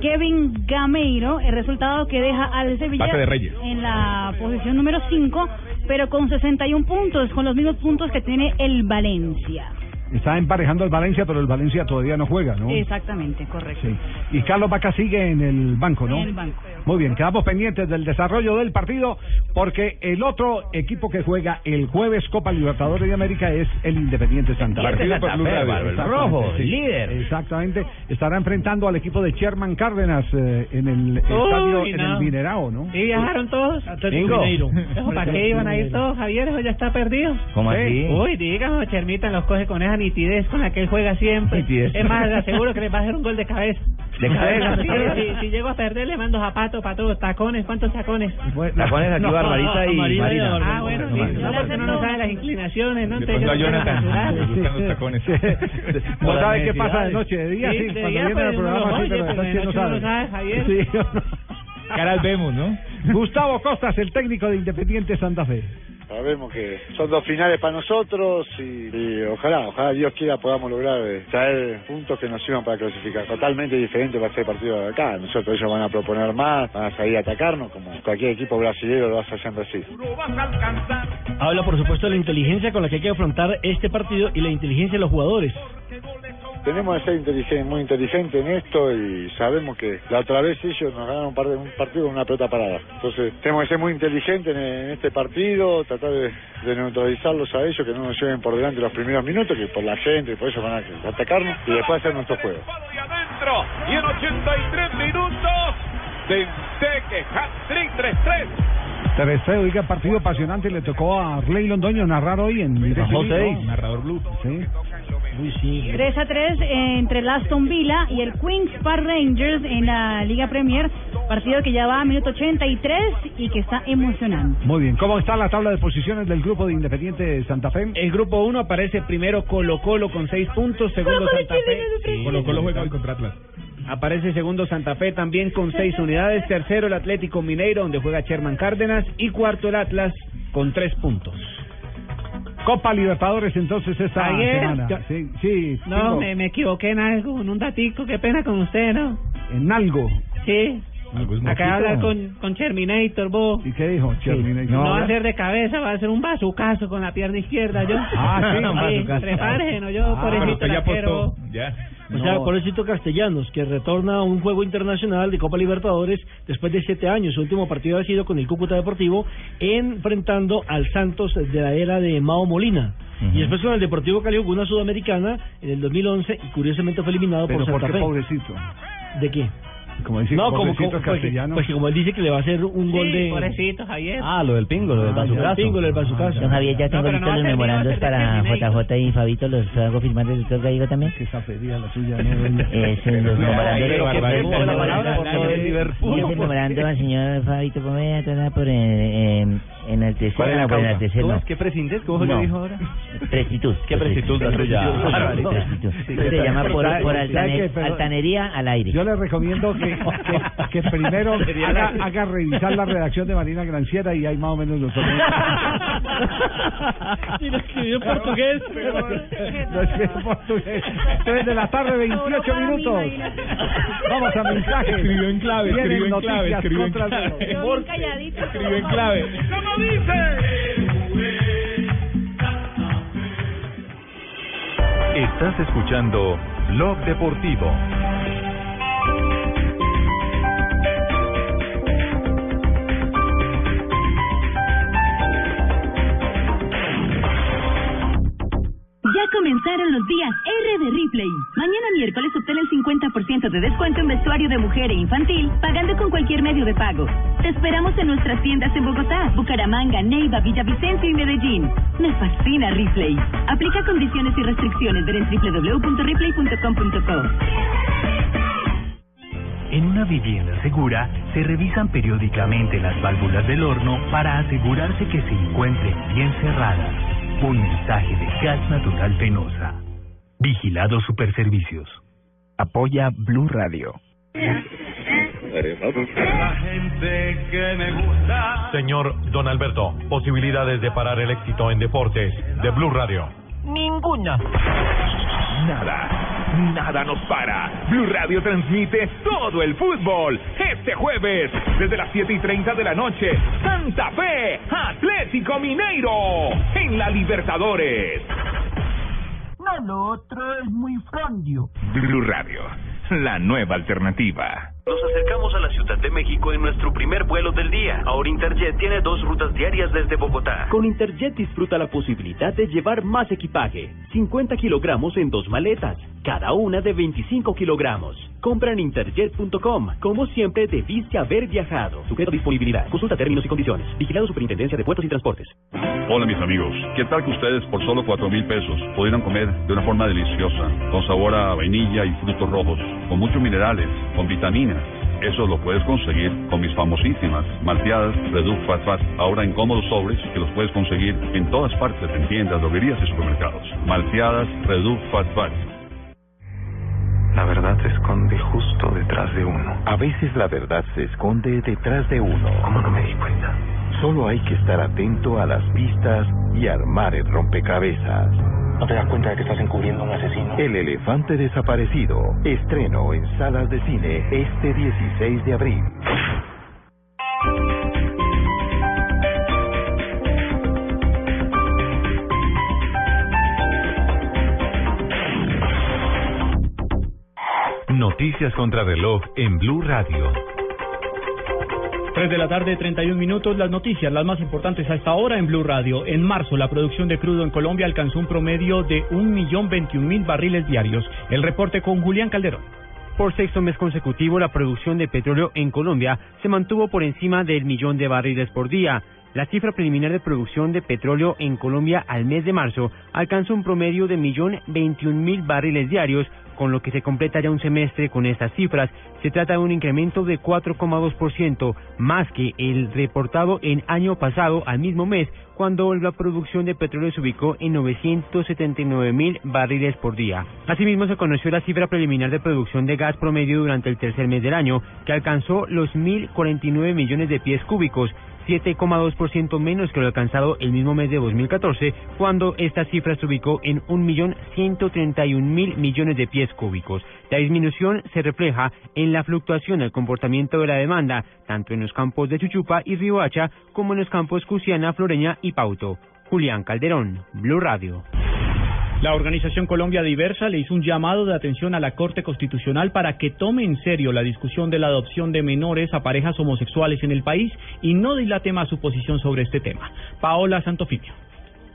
S19: Kevin Gameiro, el resultado que deja al Sevilla
S10: Pase de Reyes.
S19: en la posición número 5, pero con 61 puntos, con los mismos puntos que tiene el Valencia.
S25: Está emparejando al Valencia, pero el Valencia todavía no juega, ¿no?
S19: Exactamente, correcto.
S25: Sí. Y Carlos Vaca sigue en el banco, ¿no?
S19: En el banco.
S25: Muy bien, quedamos pendientes del desarrollo del partido porque el otro equipo que juega el jueves Copa Libertadores de América es el Independiente Santa Fe.
S8: Partido por Santa Blue Fe, Radio. Bárbaro, el
S25: Exactamente,
S8: rojo,
S25: sí.
S8: líder.
S25: Exactamente, estará enfrentando al equipo de Sherman Cárdenas eh, en el estadio,
S3: Uy,
S25: en
S3: no.
S25: el Minerao, ¿no?
S3: ¿Y viajaron todos?
S25: Bingo. Mineiro.
S3: Eso, ¿Para qué iban a ir todos, Javier? Eso ya está perdido.
S25: ¿Cómo así?
S3: Uy, dígame, Chermita los coge con esa nitidez con la que él juega siempre.
S8: Nitidez.
S3: Es más, le aseguro que le va a hacer un gol de cabeza.
S8: De cabeza.
S3: Sí, si, si llego a perder, le mando zapatos para todos. Tacones, ¿cuántos tacones?
S8: Tacones aquí,
S3: No,
S8: Barbarita y
S3: Marina y
S8: Marina.
S3: Barbarita. Ah, bueno, listo. No, porque uno no sabe las inclinaciones, ¿no?
S10: Le
S3: Entonces
S10: cuento a
S3: yo no sé
S10: Jonathan,
S3: natural.
S10: le gustan los tacones.
S25: No sabe qué pasa de noche, de día, sí,
S3: de
S25: cuando
S3: día,
S25: viene
S3: pues,
S25: al
S3: uno
S25: programa,
S3: lo
S25: sí, pero
S3: oye,
S25: de
S3: pero de
S25: noche no
S3: noche
S25: sabe.
S3: uno sabe, Javier.
S25: Sí.
S10: Caras vemos, ¿no?
S25: Gustavo Costas, el técnico de Independiente Santa Fe.
S41: Sabemos que son dos finales para nosotros y, y ojalá, ojalá Dios quiera podamos lograr eh, traer puntos que nos sirvan para clasificar. Totalmente diferente va a ser el partido de acá. Nosotros ellos van a proponer más, van a salir a atacarnos como cualquier equipo brasileño lo hace allá en Brasil.
S9: Habla, por supuesto, de la inteligencia con la que hay que afrontar este partido y la inteligencia de los jugadores.
S41: Tenemos que ser inteligente, muy inteligentes en esto y sabemos que la otra vez ellos nos ganaron un, par- un partido con una pelota parada. Entonces tenemos que ser muy inteligentes en, en este partido, tratar de, de neutralizarlos a ellos, que no nos lleven por delante los primeros minutos, que por la gente, por eso van a atacarnos y después hacer nuestro juego.
S23: centro y en 83 minutos Denteque, hat-trick 3-3
S25: Terrestre, oiga, partido apasionante le tocó a Rey Londoño narrar hoy en
S19: José
S25: Televis, ¿no?
S19: Is.
S25: Narrador Blue. Sí. Uy, sí.
S19: 3 a 3 entre el Aston Villa y el Queen's Park Rangers en la Liga Premier, partido que ya va a minuto 83 y que está emocionante.
S25: Muy bien, ¿cómo está la tabla de posiciones del grupo de Independiente de Santa Fe?
S12: El grupo 1 aparece primero Colo Colo con 6 puntos, segundo Santa Fe.
S10: Colo Colo juega hoy contra Atlas.
S12: Aparece segundo Santa Fe también con seis unidades, tercero el Atlético Mineiro donde juega Sherman Cárdenas y cuarto el Atlas con tres puntos.
S25: Copa Libertadores entonces esta
S3: Ayer,
S25: semana.
S3: yo-
S25: Sí, sí.
S3: No,
S25: Pingo,
S3: me, me equivoqué en algo, en un datico, qué pena con usted, ¿no?
S25: En algo.
S3: Sí, acá de hablar con, con Terminator, vos.
S25: ¿Y qué dijo Terminator?
S3: No, va a ser de cabeza, va a ser un bazucazo con la pierna izquierda, yo.
S25: Ah, sí, un bazucazo.
S3: prepárese, ¿no? Yo,
S9: Ah,
S3: por
S9: pero
S3: eso
S9: usted ya apostó.
S10: Ya.
S9: O sea, Colecito Castellanos, que retorna a un juego internacional de Copa Libertadores después de siete años. Su último partido ha sido con el Cúcuta Deportivo, enfrentando al Santos de la era de Mao Molina. Y después con el Deportivo Cali jugó una sudamericana en el 2011 y curiosamente fue eliminado
S25: Pero
S9: por Santa
S25: porque
S9: Fe.
S25: pobrecito.
S9: ¿De qué?
S25: Como dice,
S9: no, como,
S25: pobrecitos
S9: como- pues,
S25: castellanos.
S9: pues como él dice que le va a hacer un gol de...
S42: Javier.
S9: Ah, lo del pingo, lo del
S8: Ah, ya.
S9: bazucazo. Pingo, lo del bazucazo.
S8: Don Javier, ya
S9: No,
S8: tengo
S9: pero
S8: listos
S9: no va a
S8: los
S9: servir,
S8: memorandos
S9: va a
S8: para
S9: servir
S8: JJ y Fabito, los hago firmar del doctor Gallego también.
S25: Que esa feria la suya, ¿no?
S8: Es un
S25: Pero,
S8: memorando.
S25: ay,
S8: de-
S25: pero qué
S8: de-
S25: pena, la palabra,
S8: de-
S25: la
S8: de-
S25: de Liverpool.
S8: Yo memorando al señor Fabito Pomea toda por eh, eh, enaltecer.
S43: ¿Cuál es la
S8: no, por
S43: causa?
S8: enaltecer,
S43: ¿Cómo
S8: no.
S43: es? ¿Qué prescindes? ¿Cómo fue que
S8: No.
S43: dijo ahora?
S8: Prestitud.
S43: ¿Qué prestitud la
S8: Prestitud,
S43: suya?
S8: prestitud,
S43: Barbarita.
S8: prestitud.
S43: Sí,
S8: Eso Se
S43: pero-
S8: llama por,
S25: pero-
S8: por
S25: ¿sabe qué?
S8: altane-
S25: Pero-
S8: altanería al aire.
S25: Yo les recomiendo que, que, que primero
S8: Sería
S25: haga,
S8: la-
S25: haga revisar la redacción de Marina Granciera y hay más o menos los
S9: Y lo escribió en portugués.
S25: Lo escribió en portugués. Tres de la tarde, 28 minutos. Vamos a mensajes.
S23: Escribió en clave,
S25: Vienen
S23: escribió en
S25: noticias
S23: clave, escribió en
S25: contra el
S23: clave.
S25: reloj.
S23: Escribió en clave.
S3: ¿Cómo dice?
S11: Estás escuchando Blog Deportivo.
S5: Ya comenzaron los días R de Ripley. Mañana miércoles obtén el 50% de descuento en vestuario de mujer e infantil, pagando con cualquier medio de pago. Te esperamos en nuestras tiendas en Bogotá, Bucaramanga, Neiva, Villavicencio y Medellín. Me fascina Ripley. Aplica condiciones y restricciones. Ver en www.ripley.com.co.
S44: En una vivienda segura se revisan periódicamente las válvulas del horno para asegurarse que se encuentren bien cerradas. Un mensaje de Gas Natural Penosa. Vigilado Superservicios. Apoya Blue Radio.
S3: gente que me gusta.
S10: Señor Don Alberto, posibilidades de parar el éxito en deportes de Blue Radio.
S3: Ninguna.
S10: Nada, nada nos para. Blue Radio transmite todo el fútbol. Este jueves, desde las 7 y 30 de la noche, Santa Fe, Atlético Mineiro, en la Libertadores.
S3: No, lo otro es muy frondio.
S10: Blue Radio, la nueva alternativa.
S45: Nos acercamos a la Ciudad de México en nuestro primer vuelo del día. Ahora Interjet tiene dos rutas diarias desde Bogotá.
S46: Con Interjet disfruta la posibilidad de llevar más equipaje. 50 kilogramos en dos maletas, cada una de 25 kilogramos. Compra en interjet.com. Como siempre, debiste haber viajado. Sujeto a disponibilidad. Consulta términos y condiciones. Vigilado Superintendencia de Puertos y Transportes.
S1: Hola mis amigos, ¿qué tal que ustedes por solo cuatro mil pesos pudieran comer de una forma deliciosa, con sabor a vainilla y frutos rojos, con muchos minerales, con vitaminas? Eso lo puedes conseguir con mis famosísimas malteadas Reduc Fat Fat, ahora en cómodos sobres que los puedes conseguir en todas partes, en tiendas, droguerías y supermercados. Malteadas Reduc Fat Fat.
S47: La verdad se esconde justo detrás de uno.
S48: A veces la verdad se esconde detrás de uno. ¿Cómo no me di cuenta? Solo hay que estar atento a las pistas y armar el rompecabezas. ¿No te das cuenta de que estás encubriendo a un asesino? El elefante desaparecido. Estreno en salas de cine este 16 de abril.
S11: Noticias contra reloj en Blue Radio.
S12: 3 de la tarde, 31 minutos. Las noticias, las más importantes hasta ahora en Blue Radio. En marzo, la producción de crudo en Colombia alcanzó un promedio de 1.021.000 barriles diarios. El reporte con Julián Calderón.
S48: Por sexto mes consecutivo, la producción de petróleo en Colombia se mantuvo por encima del millón de barriles por día. La cifra preliminar de producción de petróleo en Colombia al mes de marzo alcanzó un promedio de millón veintiún mil barriles diarios, con lo que se completa ya un semestre con estas cifras. Se trata de un incremento de 4,2% más que el reportado en año pasado al mismo mes, cuando la producción de petróleo se ubicó en 979 mil barriles por día. Asimismo, se conoció la cifra preliminar de producción de gas promedio durante el tercer mes del año, que alcanzó los 1.049 millones de pies cúbicos, 7,2% menos que lo alcanzado el mismo mes de 2014, cuando esta cifra se ubicó en 1.131.000 millones de pies cúbicos. La disminución se refleja en la fluctuación del comportamiento de la demanda, tanto en los campos de Chuchupa y Riohacha como en los campos Cusiana, Floreña y Pauto. Julián Calderón, Blue Radio.
S12: La organización Colombia Diversa le hizo un llamado de atención a la Corte Constitucional para que tome en serio la discusión de la adopción de menores a parejas homosexuales en el país y no dilate más su posición sobre este tema. Paola Santofimio.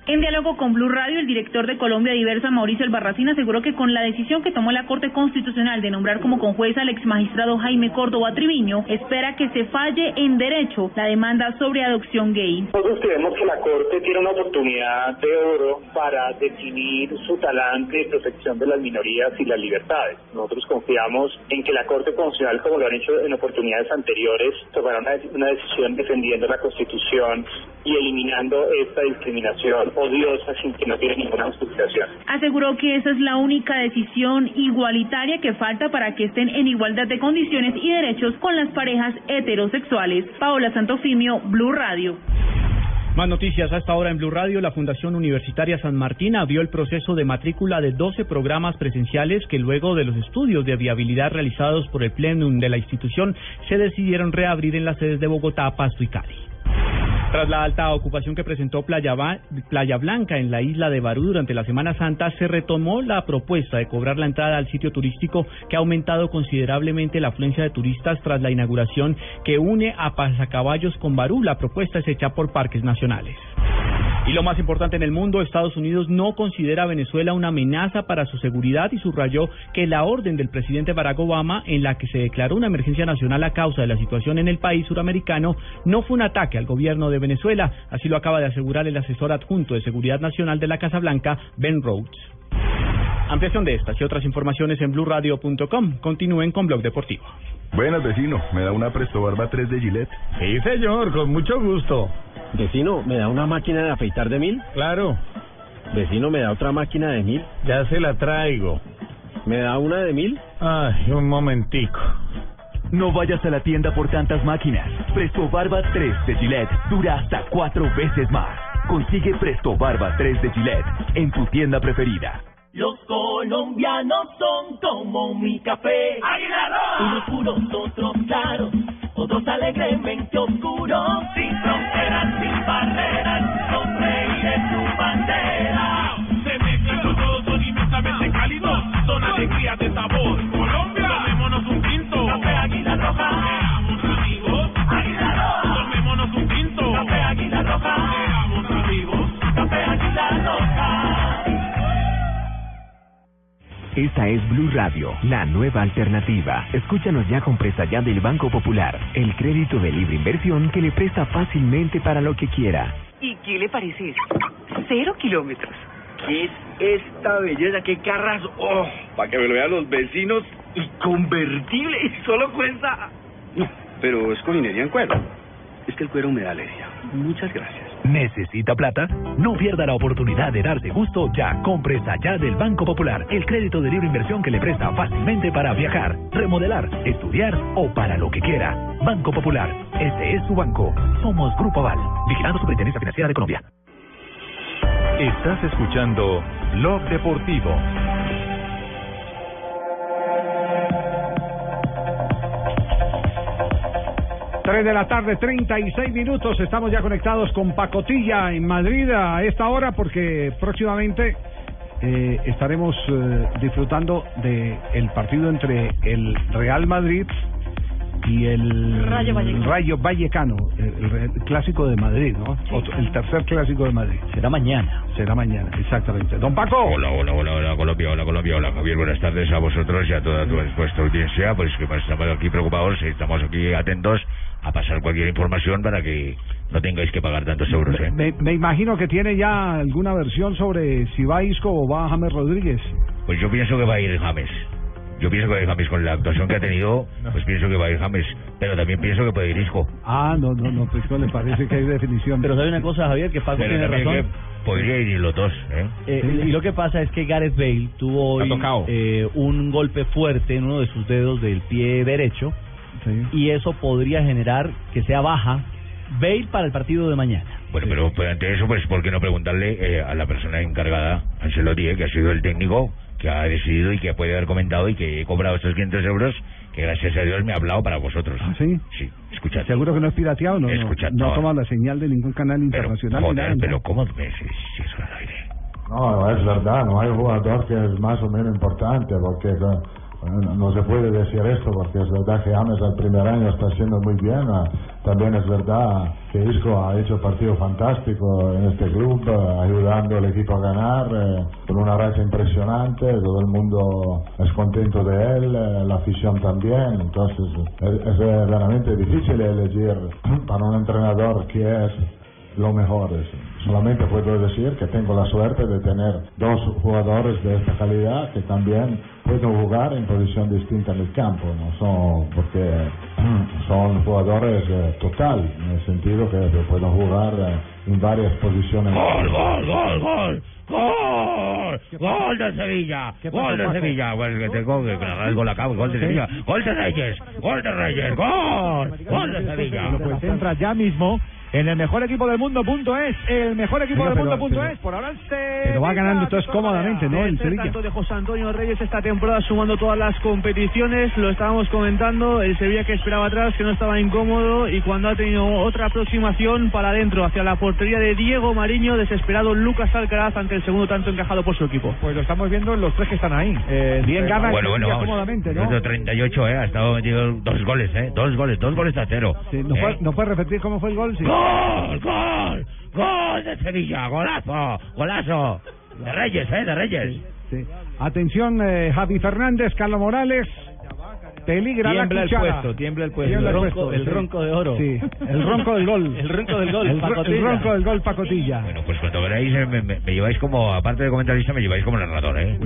S22: En diálogo con Blue Radio, el director de Colombia Diversa, Mauricio Albarracín, aseguró que con la decisión que tomó la Corte Constitucional de nombrar como conjuez al exmagistrado Jaime Córdoba Triviño, espera que se falle en derecho la demanda sobre adopción gay.
S14: Nosotros creemos que la Corte tiene una oportunidad de oro para definir su talante de protección de las minorías y las libertades. Nosotros confiamos en que la Corte Constitucional, como lo han hecho en oportunidades anteriores, tomará una, una decisión defendiendo la Constitución y eliminando esta discriminación odiosa sin que no tiene ninguna justificación.
S22: Aseguró que esa es la única decisión igualitaria que falta para que estén en igualdad de condiciones y derechos con las parejas heterosexuales. Paola Santofimio, Blue Radio.
S12: Más noticias hasta ahora en Blue Radio. La Fundación Universitaria San Martín abrió el proceso de matrícula de 12 programas presenciales que luego de los estudios de viabilidad realizados por el plenum de la institución se decidieron reabrir en las sedes de Bogotá, Pasto y Cali. Tras la alta ocupación que presentó Playa, ba Playa Blanca en la isla de Barú durante la Semana Santa, se retomó la propuesta de cobrar la entrada al sitio turístico que ha aumentado considerablemente la afluencia de turistas tras la inauguración que une a Pasacaballos con Barú. La propuesta es hecha por Parques Nacionales. Y lo más importante en el mundo, Estados Unidos no considera a Venezuela una amenaza para su seguridad y subrayó que la orden del presidente Barack Obama en la que se declaró una emergencia nacional a causa de la situación en el país suramericano no fue un ataque al gobierno de Venezuela. Así lo acaba de asegurar el asesor adjunto de Seguridad Nacional de la Casa Blanca, Ben Rhodes. Ampliación de estas y otras informaciones en blurradio.com. Continúen con Blog Deportivo.
S23: Buenas, vecino. ¿Me da una Presto Barba 3 de Gillette?
S27: Sí, señor, con mucho gusto.
S8: Vecino, ¿me da una máquina de afeitar de mil?
S27: Claro.
S8: Vecino, ¿me da otra máquina de mil?
S27: Ya se la traigo.
S8: ¿Me da una de mil?
S27: Ay, un momentico.
S11: No vayas a la tienda por tantas máquinas. Presto Barba 3 de Gillette dura hasta cuatro veces más. Consigue Presto Barba 3 de Gillette en tu tienda preferida.
S3: Los colombianos son como mi café. Unos puros, otros claros, otros alegremente oscuros. Sin fronteras, sin barreras, son reyes su bandera.
S49: Se mezclan los dos, son inmensamente cálidos, son alegría de sabor. Colombia, tomémonos un quinto.
S3: Café Águila Roja.
S49: Seamos amigos.
S3: Águila Roja.
S49: Tomémonos un quinto.
S3: Café Águila Roja.
S49: Seamos amigos.
S3: Café Águila Roja.
S11: Esta es Blue Radio, la nueva alternativa. Escúchanos ya con presta ya del Banco Popular, el crédito de libre inversión que le presta fácilmente para lo que quiera.
S50: ¿Y qué le parece eso? Cero kilómetros.
S51: ¿Qué es esta belleza? ¿Qué carras? ¡Oh! Para que me lo vean los vecinos. Y convertible, y solo cuesta. No, pero es con minería en cuero. Es que el cuero me da alegría. Muchas gracias.
S11: ¿Necesita plata? No pierda la oportunidad de darse gusto ya. Compres allá del Banco Popular, el crédito de libre inversión que le presta fácilmente para viajar, remodelar, estudiar o para lo que quiera. Banco Popular, este es su banco. Somos Grupo Aval, vigilando Superintendencia Financiera de Colombia.
S1: Estás escuchando Blog Deportivo.
S25: Tres de la tarde, 36 minutos. Estamos ya conectados con Pacotilla en Madrid a esta hora porque próximamente eh, estaremos eh, disfrutando de el partido entre el Real Madrid y el
S19: Rayo Vallecano,
S25: Rayo Vallecano el, el, clásico de Madrid, ¿no? Sí, Otro, claro. El tercer clásico de Madrid.
S12: Será mañana.
S25: Será mañana, exactamente. Don Paco.
S52: Hola, hola, hola, hola, Colombia, hola, Colombia, hola, Javier, buenas tardes a vosotros y a toda tu expuesta audiencia, pues que estamos aquí preocupados, eh, estamos aquí atentos a pasar cualquier información para que no tengáis que pagar tantos euros. ¿eh?
S25: Me, me, imagino que tiene ya alguna versión sobre si va Isco o va James Rodríguez.
S52: Pues yo pienso que va a ir James. Yo pienso que va a ir James con la actuación que ha tenido, pues pienso que va a ir James, pero también pienso que puede ir Isco.
S25: Ah, no, no, no, Isco le parece que hay definición.
S12: Pero sabe una cosa, Javier, que Paco
S52: pero
S12: tiene razón.
S52: Es que podría ir los dos, ¿eh?
S12: eh sí. Y lo que pasa es que Gareth Bale tuvo hoy eh, un golpe fuerte en uno de sus dedos del pie derecho. Sí. y eso podría generar que sea baja Bale para el partido de mañana.
S52: Bueno, sí. pero pues, ante eso, pues, ¿por qué no preguntarle eh, a la persona encargada, Ancelotti, que ha sido el técnico, que ha decidido y que puede haber comentado y que he cobrado estos 500 euros, que gracias a Dios me ha hablado para vosotros.
S25: ¿Ah, sí?
S52: Sí, escuchad.
S25: ¿Seguro que no es pirateado? No,
S52: escuchad,
S25: no, no, toma la señal de ningún canal internacional.
S52: Pero, joder, pero ¿cómo me dices eso al aire?
S53: No, es verdad, no hay jugador que es más o menos importante, porque... eh, No, no se puede decir esto porque es verdad que James al primer año está haciendo muy bien, eh, También es verdad que Isco ha hecho partido fantástico en este club, eh, ayudando al equipo a ganar, eh, con una racha impresionante, todo el mundo es contento de él, eh, la afición también, entonces eh, es, es verdaderamente difícil elegir para un entrenador que es lo mejor. es- Solamente puedo decir que tengo la suerte de tener dos jugadores de esta calidad que también pueden jugar en posición distinta en el campo, no son porque son jugadores eh, total, en el sentido que pueden jugar eh, en varias posiciones.
S11: Gol, gol, gol, gol. Gol, gol de Sevilla, gol de Sevilla, bueno, que tengo que clavar el gol acá, gol de Sevilla, gol de Reyes, gol de Reyes, gol, gol de Sevilla.
S54: Lo
S25: pues
S54: concentra ya mismo en el mejor equipo del mundo.es, el mejor equipo
S25: Venga,
S54: del
S25: pero-
S54: mundo.es, por ahora el
S25: Pero va ganando entonces
S54: Sevilla,
S25: cómodamente, ¿no? El
S54: Tercer
S25: Sevilla.
S54: tanto
S12: este de José Antonio Reyes esta temporada sumando todas las competiciones, lo estábamos comentando, el Sevilla que esperaba atrás, que no estaba incómodo y cuando ha tenido otra aproximación para adentro, hacia la portería de Diego Mariño, desesperado Lucas Alcaraz ante el segundo tanto encajado por su equipo.
S54: Pues lo estamos viendo los tres que están ahí. Eh, bien gana el
S11: bueno, bueno,
S54: Sevilla
S11: vamos.
S54: cómodamente, ¿no?
S11: Minuto 38, eh, ha estado metido dos goles, eh, dos goles, dos goles a cero.
S25: ¿No,
S11: Eh,
S25: puede, no puede repetir cómo fue el gol? Sí.
S11: ¡Gol, gol, gol de Sevilla, golazo, golazo, de Reyes, eh, de Reyes.
S25: Sí. Atención, eh, Javi Fernández, Carlos Morales. Peligra
S9: Tiembla
S25: la
S9: el
S25: cuchara.
S9: puesto, tiembla el puesto.
S25: Tiembla
S9: el ronco,
S25: puesto,
S9: el
S25: sí.
S9: ronco de oro.
S25: Sí, el ronco del gol.
S9: El ronco del gol,
S25: El, ro- el
S9: pacotilla.
S25: ronco del gol, pacotilla.
S11: Bueno, pues cuando veráis, eh, me, me- me lleváis como, aparte de comentarista, me lleváis como narrador, eh.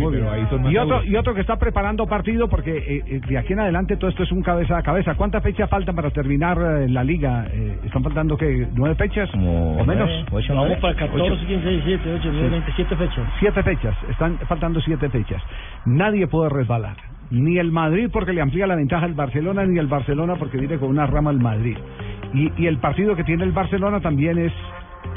S25: Y otro, y otro que está preparando partido porque eh, eh, de aquí en adelante todo esto es un cabeza a cabeza. ¿Cuántas fechas faltan para terminar eh, la liga? Eh, ¿Están faltando que nueve fechas o menos?
S3: Vamos para
S25: Ocho.
S3: 14, 15, 17, 8, 9,
S25: Sí.
S3: 27 fechas.
S25: Siete fechas, están faltando siete fechas. Nadie puede resbalar. Ni el Madrid porque le amplía la ventaja al Barcelona, ni el Barcelona porque viene con una rama al Madrid. Y, y el partido que tiene el Barcelona también es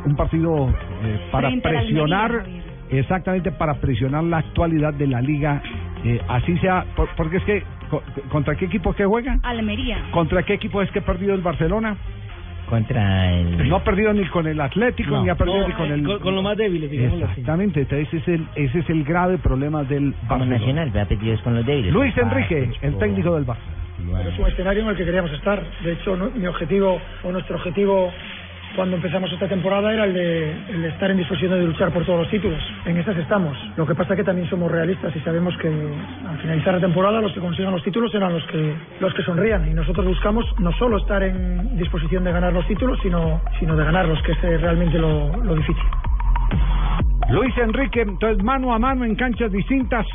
S25: un partido eh, para
S19: Frente al
S25: presionar,
S19: Almería,
S25: exactamente para presionar la actualidad de la liga. eh, así sea, por- porque es que, co- ¿contra qué equipo es que juegan?
S19: Almería.
S25: ¿Contra qué equipo es que ha perdido el Barcelona?
S3: Contra
S25: No ha perdido ni con el Atlético,
S3: No.
S25: ni ha perdido
S3: No,
S25: ni con
S3: eh,
S25: el...
S3: con- con los más débiles, digámoslo así.
S25: Exactamente, ese es el, ese es el grave problema del Barcelona.
S3: Nacional,
S25: ha con los débiles. Luis Enrique, el técnico del Barça.
S3: Pero es un escenario en el que queríamos estar. De hecho, no- mi objetivo o nuestro objetivo cuando empezamos esta temporada era el de, el de estar en disposición de luchar por todos los títulos. En esas estamos. Lo que pasa es que también somos realistas y sabemos que al finalizar la temporada los que consigan los títulos serán los que los que sonrían. Y nosotros buscamos no solo estar en disposición de ganar los títulos, sino, sino de ganarlos, que ese es realmente lo, lo difícil.
S25: Luis Enrique, entonces mano a mano en canchas distintas,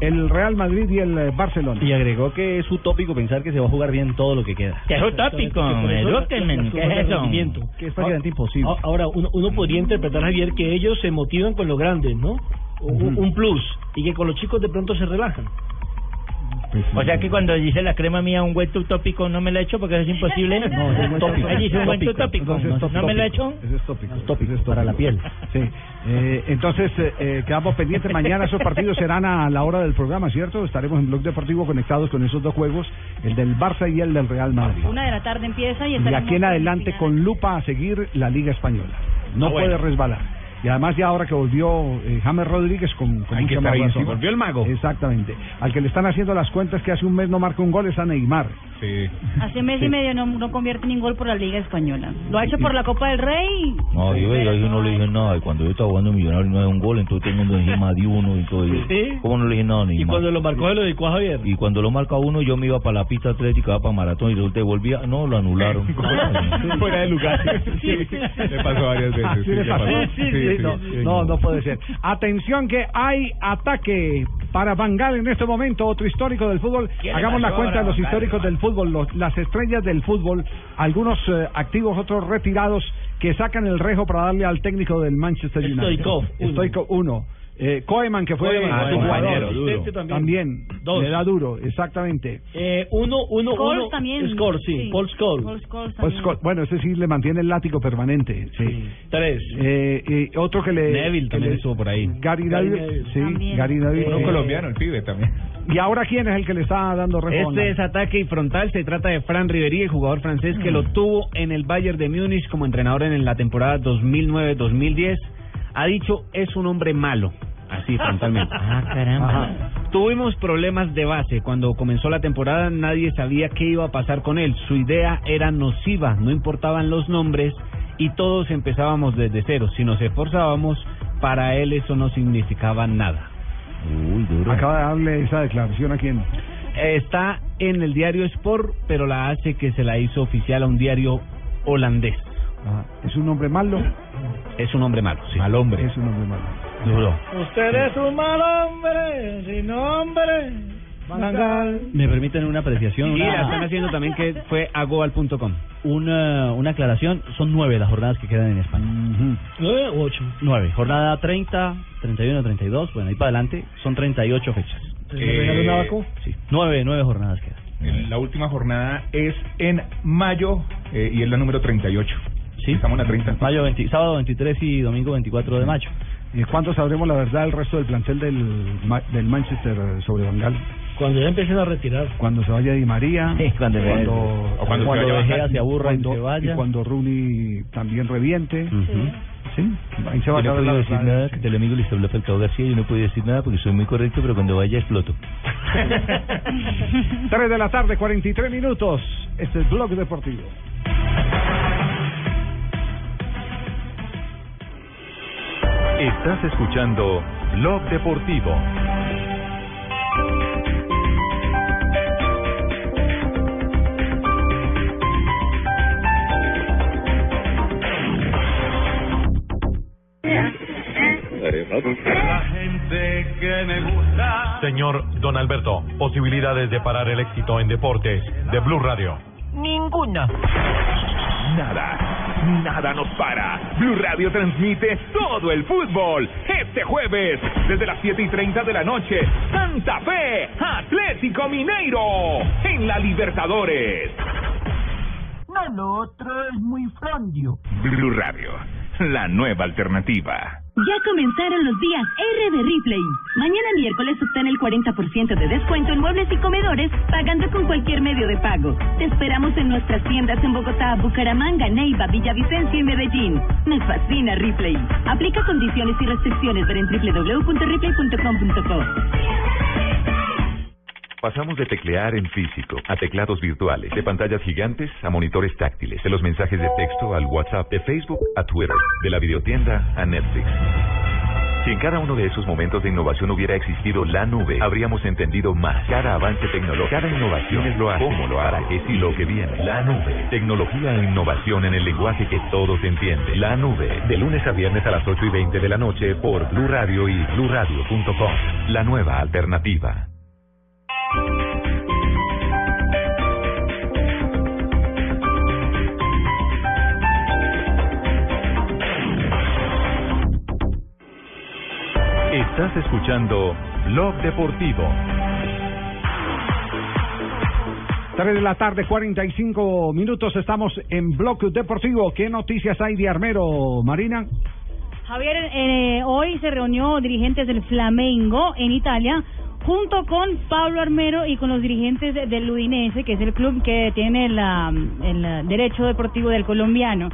S25: el Real Madrid y el eh, Barcelona.
S9: Y agregó que es utópico pensar que se va a jugar bien todo lo que queda.
S3: Que es utópico,
S9: Lútenmen, ¿qué es eso?
S3: Que
S9: es prácticamente
S3: imposible. Ah, Ahora, uno, uno podría interpretar, Javier, que ellos se motivan con los grandes, ¿no? Un, un plus. Y que con los chicos de pronto se relajan.
S14: O sea que cuando dice la crema mía un hueco utópico no me la echo porque eso es imposible. No,
S25: es tópico.
S14: Ahí dice un
S25: Tópico.
S14: hueco utópico.
S25: Entonces,
S14: No,
S25: tópico.
S14: me la echo.
S25: Ese es tópico. para la piel. Sí. Eh, entonces, eh, eh, quedamos pendientes. Mañana esos partidos serán a la hora del programa, ¿cierto? Estaremos en Blog Deportivo conectados con esos dos juegos, el del Barça y el del Real Madrid.
S19: Una de la tarde empieza y está
S25: Y aquí en adelante con lupa a seguir la Liga Española. No
S19: Ah, bueno.
S25: puede resbalar. Y además ya ahora que volvió eh, James Rodríguez con, con
S9: Hay que
S25: mucha más
S9: estar ahí,
S25: razón.
S9: sí, volvió el mago.
S25: Exactamente. Al que le están haciendo las cuentas que hace un mes no marca un gol es a Neymar.
S9: Sí.
S19: Hace mes
S25: Sí.
S19: y medio no, no convierte ningún gol por la Liga Española. Lo ha hecho por la Copa del Rey.
S14: No, yo, yo, yo no le dije nada. Y cuando yo estaba jugando millonario no era un gol, entonces todo el mundo encima de uno y todo. Yo,
S3: Sí.
S14: ¿Cómo no le dije nada? Ni
S3: Y
S14: más?
S3: cuando lo marcó, se lo dedicó a Javier.
S14: Y cuando lo marca uno, yo me iba para la pista atlética, para maratón y resulta que volvía. No, lo anularon.
S9: Fuera de lugar.
S25: Le
S9: pasó varias veces,
S25: Ah, sí,
S9: sí,
S25: le
S9: le
S25: pasó.
S9: pasó.
S25: Sí, sí,
S9: Sí, sí,
S25: no,
S9: sí,
S25: no,
S9: no.
S25: no puede ser. Atención que hay ataque para Bangal en este momento, otro histórico del fútbol.
S9: ¿Quién le
S25: Hagamos la
S9: pasó
S25: cuenta de
S9: ahora a
S25: los
S9: Van Gaal?
S25: históricos del fútbol, los- las estrellas del fútbol, algunos eh, activos, otros retirados, que sacan el rejo para darle al técnico del Manchester United.
S3: Stoichkov, uno.
S25: Stoichkov, uno. Eh, Koeman, que fue
S3: Koeman,
S25: su
S3: ah, compañero,
S25: jugador.
S3: duro.
S25: También, le da duro, exactamente.
S3: Eh, uno, uno,
S25: Scholes
S3: uno.
S25: también.
S3: Score, sí.
S25: Sí.
S3: Paul Scholes.
S25: Pues, co- bueno, ese sí le mantiene el látigo permanente. Sí.
S9: Tres.
S25: Eh, eh, otro que le.
S9: Neville
S25: que
S9: también
S25: le-
S9: estuvo por ahí.
S25: Gary
S9: Gary
S25: Neville.
S9: Neville.
S25: Sí,
S9: También.
S25: Gary Neville.
S9: Uno
S25: Eh,
S9: colombiano, el pibe también.
S25: ¿Y ahora quién es el que le está dando refuerzo?
S12: Este es ataque y frontal. Se trata de Fran Ribery, el jugador francés que lo tuvo en el Bayern de Múnich como entrenador en la temporada 2009-2010. Ha dicho, es un hombre malo. Así, frontalmente.
S14: Ah, caramba.
S12: Ajá. Tuvimos problemas de base. Cuando comenzó la temporada nadie sabía qué iba a pasar con él. Su idea era nociva, no importaban los nombres y todos empezábamos desde cero. Si nos esforzábamos, para él eso no significaba nada.
S25: Uy, duro. Acaba de darle esa declaración a quién.
S12: Está en el diario Sport, pero la hace que se la hizo oficial a un diario holandés.
S25: Ah, ¿Es un hombre malo?
S12: Es un hombre malo, sí.
S25: Mal hombre. Es un hombre malo.
S12: Duro.
S7: Usted es un mal hombre, sin nombre. Bangal.
S12: ¿Me permiten una apreciación?
S55: Sí,
S12: Una-
S55: la están haciendo también que fue a goal.com.
S12: eh, una, una aclaración, son nueve las jornadas que quedan en España.
S7: ¿Nueve u ocho?
S12: Nueve, jornada 30, 31, 32, bueno, ahí para adelante, son 38 fechas.
S56: ¿Le regaló un
S10: Eh,
S56: abaco?
S12: Sí, nueve, nueve jornadas quedan.
S56: Eh, La última jornada es en mayo eh, y es la número 38.
S12: Sí.
S56: Estamos en la 30.
S12: Mayo 20, sábado 23 y domingo 24 de mayo.
S25: ¿Y cuándo sabremos la verdad del resto del plantel del, Ma- del Manchester eh, sobre Bangal?
S7: Cuando ya empiecen a retirar.
S25: Cuando se vaya Di María.
S12: Sí, cuando se vaya.
S25: cuando,
S12: O cuando se vaya Vejera,
S25: Bajal,
S12: se aburra y
S25: cuando-
S12: se vaya.
S25: Y cuando Rooney también reviente. Sí, ahí se va a
S11: Yo no
S25: saber la
S11: puedo decir
S25: verdad.
S11: nada, que el amigo Luis Pablo Falcao García, yo no puedo decir nada porque soy muy correcto, pero cuando vaya exploto.
S25: 3 de la tarde, 43 minutos. Este es Blog Deportivo.
S1: Estás escuchando Blog Deportivo.
S11: gente que me gusta.
S3: Señor Don Alberto, posibilidades de parar el éxito en deportes de Blue Radio. Ninguna.
S10: Nada, nada nos para. Blue Radio transmite todo el fútbol. Este jueves, desde las 7 y 30 de la noche, Santa Fe, Atlético Mineiro, en la Libertadores.
S3: No, lo otro es muy frondio.
S10: Blue Radio, la nueva alternativa.
S5: Ya comenzaron los días R de Ripley. Mañana miércoles obtén el 40% de descuento en muebles y comedores pagando con cualquier medio de pago. Te esperamos en nuestras tiendas en Bogotá, Bucaramanga, Neiva, Villavicencio y Medellín. Nos fascina Ripley. Aplica condiciones y restricciones ver en www.ripley.com.co.
S1: Pasamos de teclear en físico a teclados virtuales, de pantallas gigantes a monitores táctiles, de los mensajes de texto al WhatsApp, de Facebook a Twitter, de la videotienda a Netflix. Si en cada uno de esos momentos de innovación hubiera existido la nube, habríamos entendido más. Cada avance tecnológico, cada innovación es lo hace, cómo lo hará, es y lo que viene. La nube. Tecnología e innovación en el lenguaje que todos entienden. La nube. De lunes a viernes a las 8 y 20 de la noche por Blue Radio y bluradio.com. La nueva alternativa. Estás escuchando Blog Deportivo.
S25: 3 de la tarde, 45 minutos. Estamos en Blog Deportivo. ¿Qué noticias hay de Armero, Marina?
S19: Javier, eh, hoy se reunió dirigentes del Flamengo en Italia junto con Pablo Armero y con los dirigentes de- del Udinese, que es el club que tiene la- mm, el derecho deportivo del colombiano.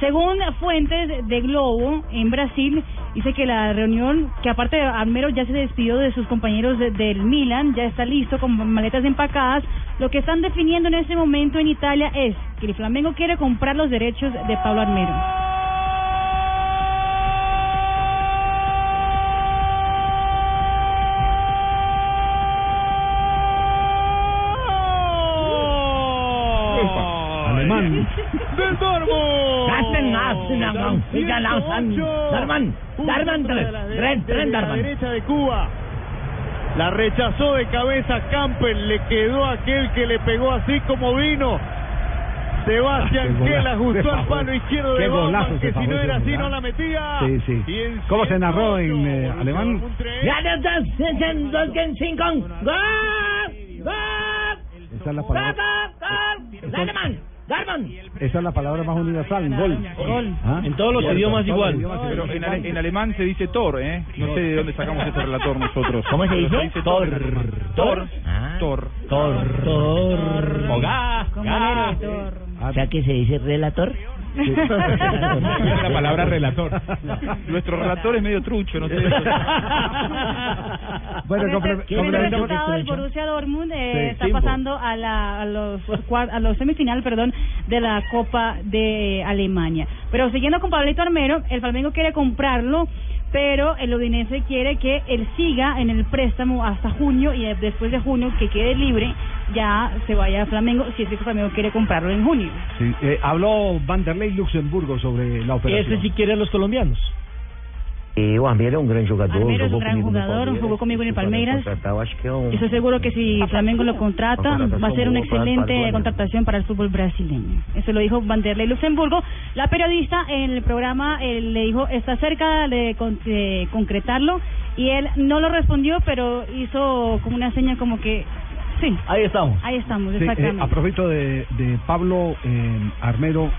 S19: Según fuentes de Globo en Brasil, dice que la reunión, que aparte Armero ya se despidió de sus compañeros de- del Milan, ya está listo con maletas empacadas. Lo que están definiendo en este momento en Italia es que el Flamengo quiere comprar los derechos de Pablo Armero.
S25: Alemán.
S23: ¡Del Dormo!
S3: Lassen, lassen, Darman. Wieder lassen. Darman, Darman, tres, tres, tres, Darman.
S41: derecha de Cuba. La rechazó de cabeza Campbell, le quedó aquel que le pegó así como vino.
S25: Ah, qué
S41: Sebastián
S25: golazo,
S41: que la
S25: qué
S41: ajustó al
S25: favor.
S41: palo izquierdo
S25: Qué
S41: de
S25: golazo
S41: Bauman,
S25: ese
S41: que si
S25: favor,
S41: no era
S25: ese
S41: así no
S25: golazo.
S41: la metía.
S25: Sí, sí. ¿Cómo se narró en eh, alemán?
S3: Ya de dos, sesen, dos, gen, cinco. ¡Gol! ¡Gol!
S25: Esa es la
S3: ¡Gol!
S25: palabra,
S3: ¡Gol! ¡Darman! ¡Darman!
S25: esa es la palabra más universal, gol. ¿Ah?
S12: En todos los
S25: Gol,
S12: idiomas
S25: en todos los
S12: igual.
S25: idiomas
S12: Pero
S25: igual.
S12: en
S27: ale- en alemán se dice Tor, ¿eh? No sé de dónde sacamos ese relator nosotros. ¿Cómo se dice? Tor. Tor.
S8: Ah.
S27: Tor.
S41: Tor.
S27: O ga,
S41: Como
S27: ga.
S41: el elector. O sea que se dice relator.
S7: la palabra relator. Nuestro relator es medio trucho, no sé.
S25: Bueno, compre-
S19: Qué bien
S25: complementamos-
S19: este resultado del Borussia Dortmund eh,
S25: Sí,
S19: está
S25: tiempo.
S19: pasando a, la, a los cuar- a los semifinal, perdón, de la Copa de Alemania. Pero siguiendo con Pablito Armero, el Flamengo quiere comprarlo, pero el Udinese quiere que él siga en el préstamo hasta junio y de- después de junio que quede libre ya se vaya a Flamengo si es que el Flamengo quiere comprarlo en junio.
S25: Sí, eh, habló Vanderlei Luxemburgo sobre la operación.
S12: Ese sí quiere a los colombianos.
S22: E o Armeiro é um grande jogador.
S19: Armero es un
S22: jogou
S19: gran
S22: comigo no
S19: jugador,
S22: Palmeiras.
S19: jugó conmigo en el Palmeiras.
S22: Contratado, acho que é um...
S19: Y estoy seguro que si Flamengo lo contrata,
S22: Una
S19: va a ser
S22: contratación
S19: una
S22: muy buena para el
S19: excelente
S22: Bayern.
S19: contratación para el fútbol brasileño. Eso lo dijo Vanderlei Luxemburgo. La periodista en el programa eh, le dijo, está cerca de, con- de concretarlo. Y él no lo respondió, pero hizo como una seña como que, sí.
S12: Ahí estamos.
S19: Ahí estamos,
S25: Sí, eh, a
S19: exactamente.
S25: propósito de, de Pablo eh, Armero,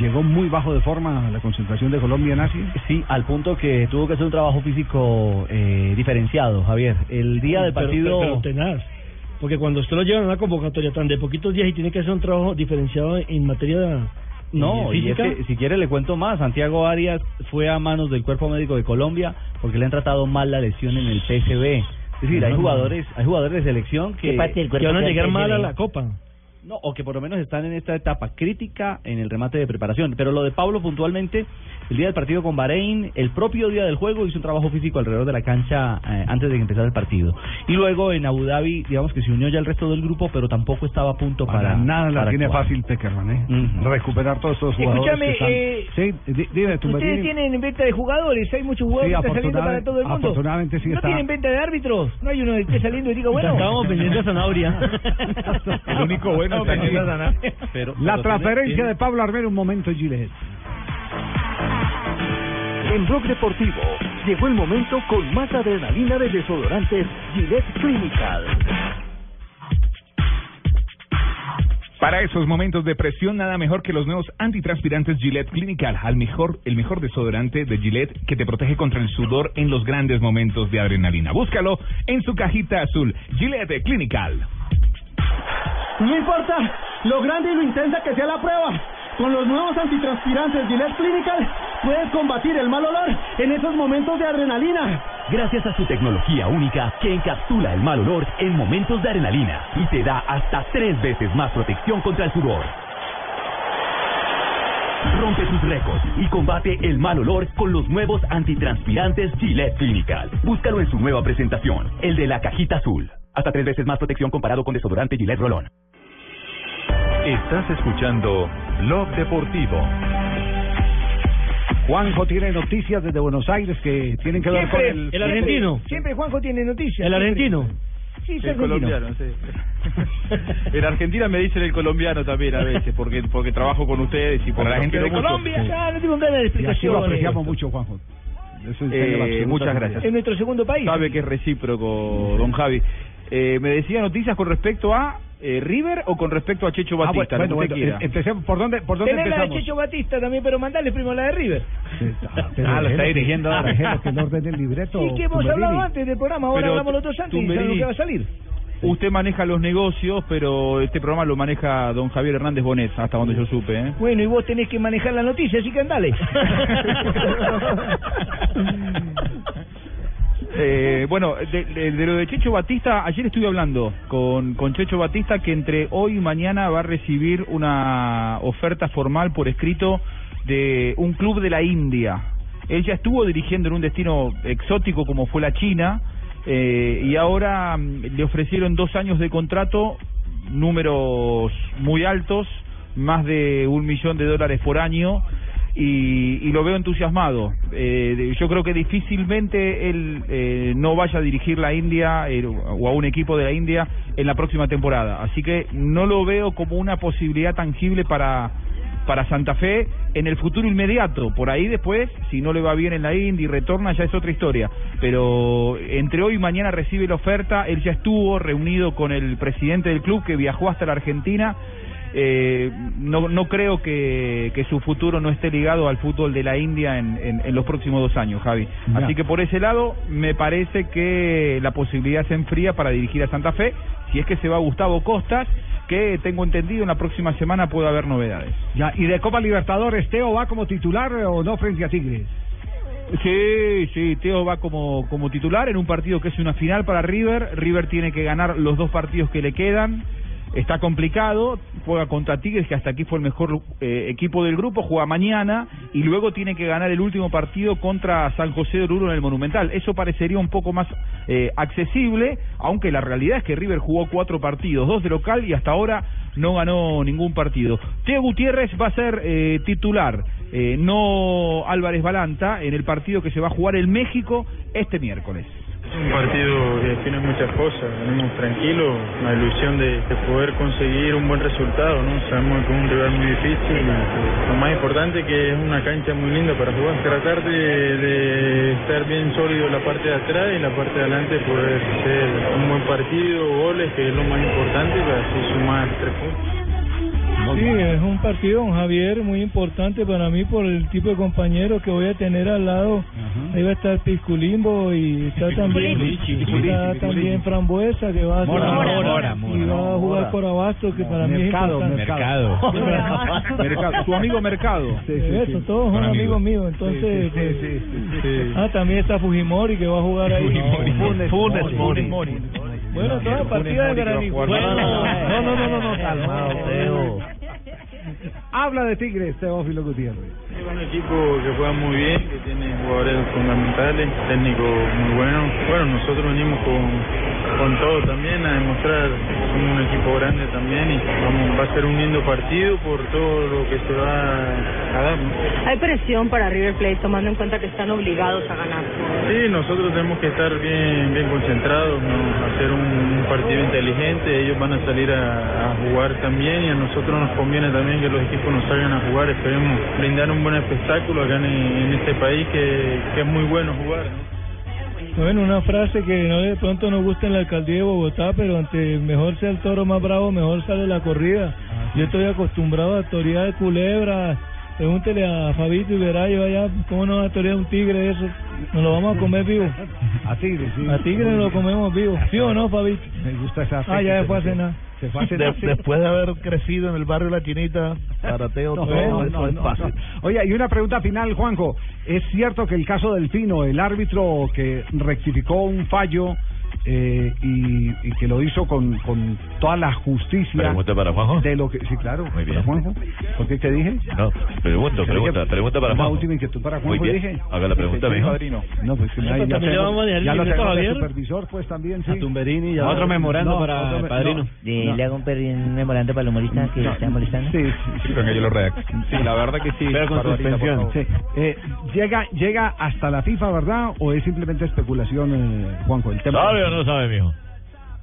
S25: llegó muy bajo de forma a la concentración de Colombia en Asia.
S12: Sí, al punto que tuvo que hacer un trabajo físico eh, diferenciado, Javier. El día del
S4: Pero-
S12: partido...
S4: pero- pero tenaz. Porque cuando usted lo lleva a una convocatoria tan de poquitos días y tiene que hacer un trabajo diferenciado en materia de-
S12: No,
S4: eh,
S12: y es
S4: física,
S12: que si quiere le cuento más. Santiago Arias fue a manos del cuerpo médico de Colombia porque le han tratado mal la lesión en el PSV. Es decir, hay
S4: No, no.
S12: jugadores, hay jugadores de selección que,
S4: que, que van a llegar mal a la copa.
S12: no, o que por lo menos están en esta etapa crítica en el remate de preparación. Pero lo de Pablo puntualmente, el día del partido con Bahrein, el propio día del juego hizo un trabajo físico alrededor de la cancha eh, antes de que empezara el partido. Y luego en Abu Dhabi, digamos que se unió ya el resto del grupo, pero tampoco estaba a punto para,
S25: Para, nada la
S12: para
S25: tiene
S12: actuar.
S25: fácil Peckerman, ¿eh? Recuperar todos esos jugadores.
S14: Escúchame, eh,
S25: que están... Sí, di- dime, tú
S14: Ustedes tienen venta de jugadores, hay muchos jugadores
S25: Sí,
S14: que están saliendo
S25: afortuna-
S14: para todo el mundo.
S25: afortunadamente sí
S14: ¿No
S25: está.
S14: tienen venta de árbitros? ¿No hay uno que esté saliendo y diga, bueno?
S12: Estábamos pendientes a Zanabria.
S14: El único
S25: bueno está aquí. La transferencia de Pablo Armero, un momento, Gilet.
S11: En Blog Deportivo llegó el momento con más adrenalina de desodorantes Gillette Clinical.
S7: Para esos momentos de presión, nada mejor que los nuevos antitranspirantes Gillette Clinical, al mejor, el mejor desodorante de Gillette que te protege contra el sudor en los grandes momentos de adrenalina. Búscalo en su cajita azul, Gillette Clinical.
S23: No importa lo grande y lo intensa que sea la prueba. Con los nuevos antitranspirantes Gillette Clinical puedes combatir el mal olor en esos momentos de adrenalina.
S11: Gracias a su tecnología única que encapsula el mal olor en momentos de adrenalina y te da hasta tres veces más protección contra el sudor. Rompe sus récords y combate el mal olor con los nuevos antitranspirantes Gillette Clinical. Búscalo en su nueva presentación, el de la cajita azul. Hasta tres veces más protección comparado con desodorante Gillette Rolón.
S1: Estás escuchando Blog Deportivo.
S25: Juanjo tiene noticias desde Buenos Aires que tienen que ver con
S14: Siempre,
S25: el...
S14: siempre, Siempre Juanjo tiene noticias.
S25: ¿El
S14: siempre.
S25: argentino?
S14: Sí, es
S27: El
S14: argentino.
S27: colombiano, sí. En Argentina me dicen el colombiano también a veces, porque porque trabajo con ustedes y por Para la gente de Colombia,
S14: ya no tengo ganas de
S25: Y así lo
S27: explicaciones.
S25: apreciamos mucho, Juanjo. Eso es
S27: Eh,
S25: absolutamente
S27: muchas gracias.
S14: Es nuestro segundo país.
S27: Sabe que es recíproco, don Javi. Eh, me decía noticias con respecto a eh, River o con respecto a Checho
S25: Ah,
S27: Batista.
S25: bueno,
S27: como usted
S25: bueno,
S27: quiera.
S25: em- empecemos. ¿Por dónde, por dónde
S14: Tenés la de
S25: empezamos?
S14: Checho Batista también, pero mandale primero la de River.
S25: Pero
S27: Ah, lo está
S25: déjelo que-
S27: dirigiendo ahora.
S25: déjelo que no ordene el libreto.
S14: Y que hemos
S25: Tumberini.
S14: hablado antes del programa, ahora
S27: Pero
S14: hablamos los dos antes y
S27: Tumberini-
S14: sabemos lo que va a salir.
S27: Usted maneja los negocios, pero este programa lo maneja don Javier Hernández Bonet, hasta donde yo supe. ¿eh?
S14: Bueno, y vos tenés que manejar la noticia, así que andale.
S27: Eh, bueno, de, de- de lo de Checho Batista, ayer estuve hablando con, con Checho Batista que entre hoy y mañana va a recibir una oferta formal por escrito de un club de la India. Él ya estuvo dirigiendo en un destino exótico como fue la China eh, y ahora mm, le ofrecieron dos años de contrato, números muy altos, más de un millón de dólares por año y, y lo veo entusiasmado. Eh, de- yo creo que difícilmente él eh, no vaya a dirigir la India eh, o a un equipo de la India en la próxima temporada. Así que no lo veo como una posibilidad tangible para para Santa Fe en el futuro inmediato. Por ahí después, si no le va bien en la India y retorna, ya es otra historia. Pero entre hoy y mañana recibe la oferta. Él ya estuvo reunido con el presidente del club que viajó hasta la Argentina eh, no, no creo que, que su futuro no esté ligado al fútbol de la India en, en, en los próximos dos años, Javi.
S25: Ya.
S27: Así que por ese lado, me parece que la posibilidad se enfría para dirigir a Santa Fe, si es que se va Gustavo Costas, que tengo entendido en la próxima semana puede haber novedades.
S25: Ya, y de Copa Libertadores, Teo va como titular eh, o no frente a Tigres.
S27: Sí, sí, Teo va como, como titular en un partido que es una final para River. River tiene que ganar los dos partidos que le quedan. Está complicado, juega contra Tigres, que hasta aquí fue el mejor eh, equipo del grupo, juega mañana y luego tiene que ganar el último partido contra San José de Oruro en el Monumental. Eso parecería un poco más eh, accesible, aunque la realidad es que River jugó cuatro partidos, dos de local y hasta ahora no ganó ningún partido. Teo Gutiérrez va a ser eh, titular, eh, no Álvarez Balanta, en el partido que se va a jugar en México este miércoles.
S21: Un partido que define muchas cosas, venimos tranquilos, la ilusión de, de poder conseguir un buen resultado, ¿no? Sabemos que es un rival muy difícil, y que lo más importante que es una cancha muy linda para jugar, tratar de, de estar bien sólido la parte de atrás y la parte de adelante poder hacer un buen partido, goles, que es lo más importante para así sumar tres puntos.
S14: Sí, es un partido, don Javier, muy importante para mí por el tipo de compañero que voy a tener al lado. Ahí va a estar Pisculimbo y está también,
S2: Piculichi,
S14: está
S2: Piculichi,
S14: también Frambuesa que va a,
S2: Mora,
S14: jugar-
S2: Mora, Mora,
S14: y
S2: Mora,
S14: va a jugar
S2: Mora.
S14: por Abasto que para
S2: Mercado,
S14: mí es
S2: Mercado.
S14: importante.
S2: Mercado.
S27: Mercado, su amigo Mercado.
S14: Eso, todos son
S27: Son
S14: amigos
S27: amigos.
S14: míos, entonces...
S27: Sí, sí, sí, sí, sí.
S14: Ah, también está Fujimori que va a jugar ahí.
S27: Funes, Funes, Funes Mori.
S14: Bueno, toda
S27: Funes
S14: partida de
S27: Mori que va a
S14: gran
S27: jugar.
S14: igual.
S25: No, no, no, no, no, calmado, Teo. Habla de Tigres, Teófilo Gutiérrez.
S21: Es un equipo que juega muy bien, que tiene jugadores fundamentales, técnico muy bueno. Bueno, nosotros venimos con, con todo también a demostrar que somos un equipo grande también y vamos, va a ser un lindo partido por todo lo que se va a dar. ¿no?
S9: Hay presión para River Plate tomando en cuenta que están obligados a ganar.
S21: Sí, nosotros tenemos que estar bien, bien concentrados, ¿no? hacer un, un partido inteligente, ellos van a salir a, a jugar también y a nosotros nos conviene también que los equipos nos salgan a jugar, esperemos brindar un buen espectáculo acá en, en este país que, que es muy bueno jugar. ¿no?
S14: Bueno, una frase que no de pronto no gusta en la alcaldía de Bogotá, pero ante mejor sea el toro más bravo, mejor sale la corrida.
S25: Ah,
S14: Yo estoy acostumbrado a torear culebra. Pregúntele a Fabito y verá yo allá cómo nos va a torear un tigre eso. Nos lo vamos a comer vivo.
S25: A Tigres, sí.
S14: A tigre nos lo comemos vivo. ¿Sí o no, Fabito?
S25: Me gusta esa
S14: Ah, ya después
S25: se
S14: de nada.
S25: Se fue a cenar. sí.
S8: De- después de haber crecido en el barrio La Chinita, para Teo
S25: No,
S8: todo
S25: no,
S8: eso
S25: no,
S8: es
S25: no,
S8: fácil.
S25: no. Oye, y una pregunta final, Juanjo. ¿Es cierto que el caso del Fino, el árbitro que rectificó un fallo eh, y, y que lo hizo con, con toda la justicia?
S49: Pregunta para Juanjo.
S25: De lo que, sí, claro. Muy
S49: bien.
S25: Juanjo? ¿Por qué te dije?
S49: No, pregunta,
S25: Dije
S49: pregunta,
S25: que-
S49: pregunta para
S25: La
S49: Juanjo.
S25: última inquietud para
S49: Muy
S25: Juanjo
S49: bien,
S25: dije.
S49: haga la pregunta,
S25: Sí,
S49: mijo.
S25: padrino. No, pues
S49: Pero
S25: ahí ya
S49: también le
S25: tengo-
S49: vamos a dejar el
S25: ya lo
S49: libreto a
S25: tengo de
S49: Javier.
S25: supervisor, pues también, sí.
S12: Tumberini ya- Otro memorando para el padrino.
S22: De- Le hago un, per- un memorando para el humorista que está molestando.
S25: Sí,
S27: Sí, pero que yo lo redacte. Sí, la verdad que sí.
S25: Pero con
S27: Barbarita, por
S25: suspensión.
S27: favor.
S25: Sí. Eh, llega, llega hasta la FIFA, ¿verdad? ¿O es simplemente especulación, eh, Juanjo? El tema
S49: ¿Sabe o no sabe, mijo?
S27: Este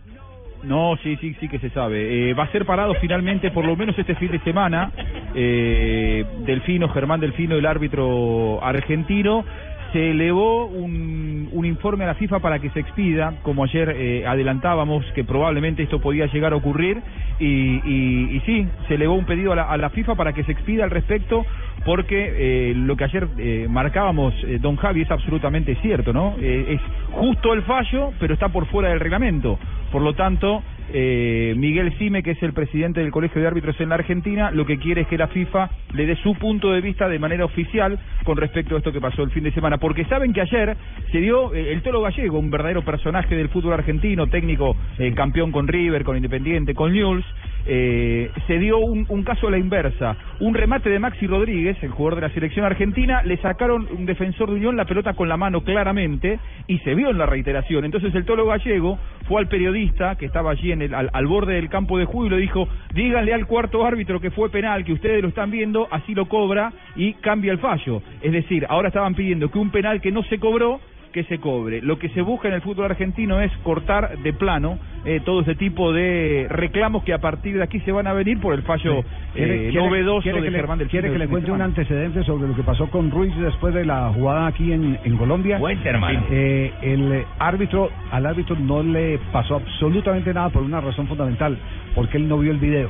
S27: No, sí, sí, sí que se sabe. Eh, va a ser parado finalmente, por lo menos este fin de semana, eh, Delfino, Germán Delfino, el árbitro argentino. Se elevó un, un informe a la FIFA para que se expida, como ayer eh, adelantábamos que probablemente esto podía llegar a ocurrir, y, y- y sí, se elevó un pedido a la, a la FIFA para que se expida al respecto, porque eh, lo que ayer eh, marcábamos, eh, don Javi, es absolutamente cierto, ¿no? Eh, es justo el fallo, pero está por fuera del reglamento. Por lo tanto, eh, Miguel Sime, que es el presidente del Colegio de Árbitros en la Argentina, lo que quiere es que la FIFA le dé su punto de vista de manera oficial con respecto a esto que pasó el fin de semana. Porque saben que ayer se dio eh, el Tolo Gallego, un verdadero personaje del fútbol argentino, técnico, eh, campeón con River, con Independiente, con Newell's, eh, se dio un, un caso a la inversa. Un remate de Maxi Rodríguez, el jugador de la selección argentina, le sacaron un defensor de Unión la pelota con la mano claramente y se vio en la reiteración. Entonces el Tolo Gallego fue al periodista que estaba allí en el, al, al borde del campo de juego y le dijo, díganle al cuarto árbitro que fue penal, que ustedes lo están viendo, así lo cobra y cambia el fallo. Es decir, ahora estaban pidiendo que un penal que no se cobró que se cobre. Lo que se busca en el fútbol argentino es cortar de plano eh, todo este tipo de reclamos que a partir de aquí se van a venir por el fallo eh, novedoso
S25: quiere
S27: de
S25: que le-
S27: Germán del este
S25: quiere
S27: Pino
S25: que le
S27: del fin de
S25: cuente un
S27: semana.
S25: antecedente sobre lo que pasó con Ruiz después de la jugada aquí en, en Colombia.
S49: Cuente, hermano.
S25: Eh, el eh, árbitro, al árbitro no le pasó absolutamente nada por una razón fundamental, porque él no vio el video.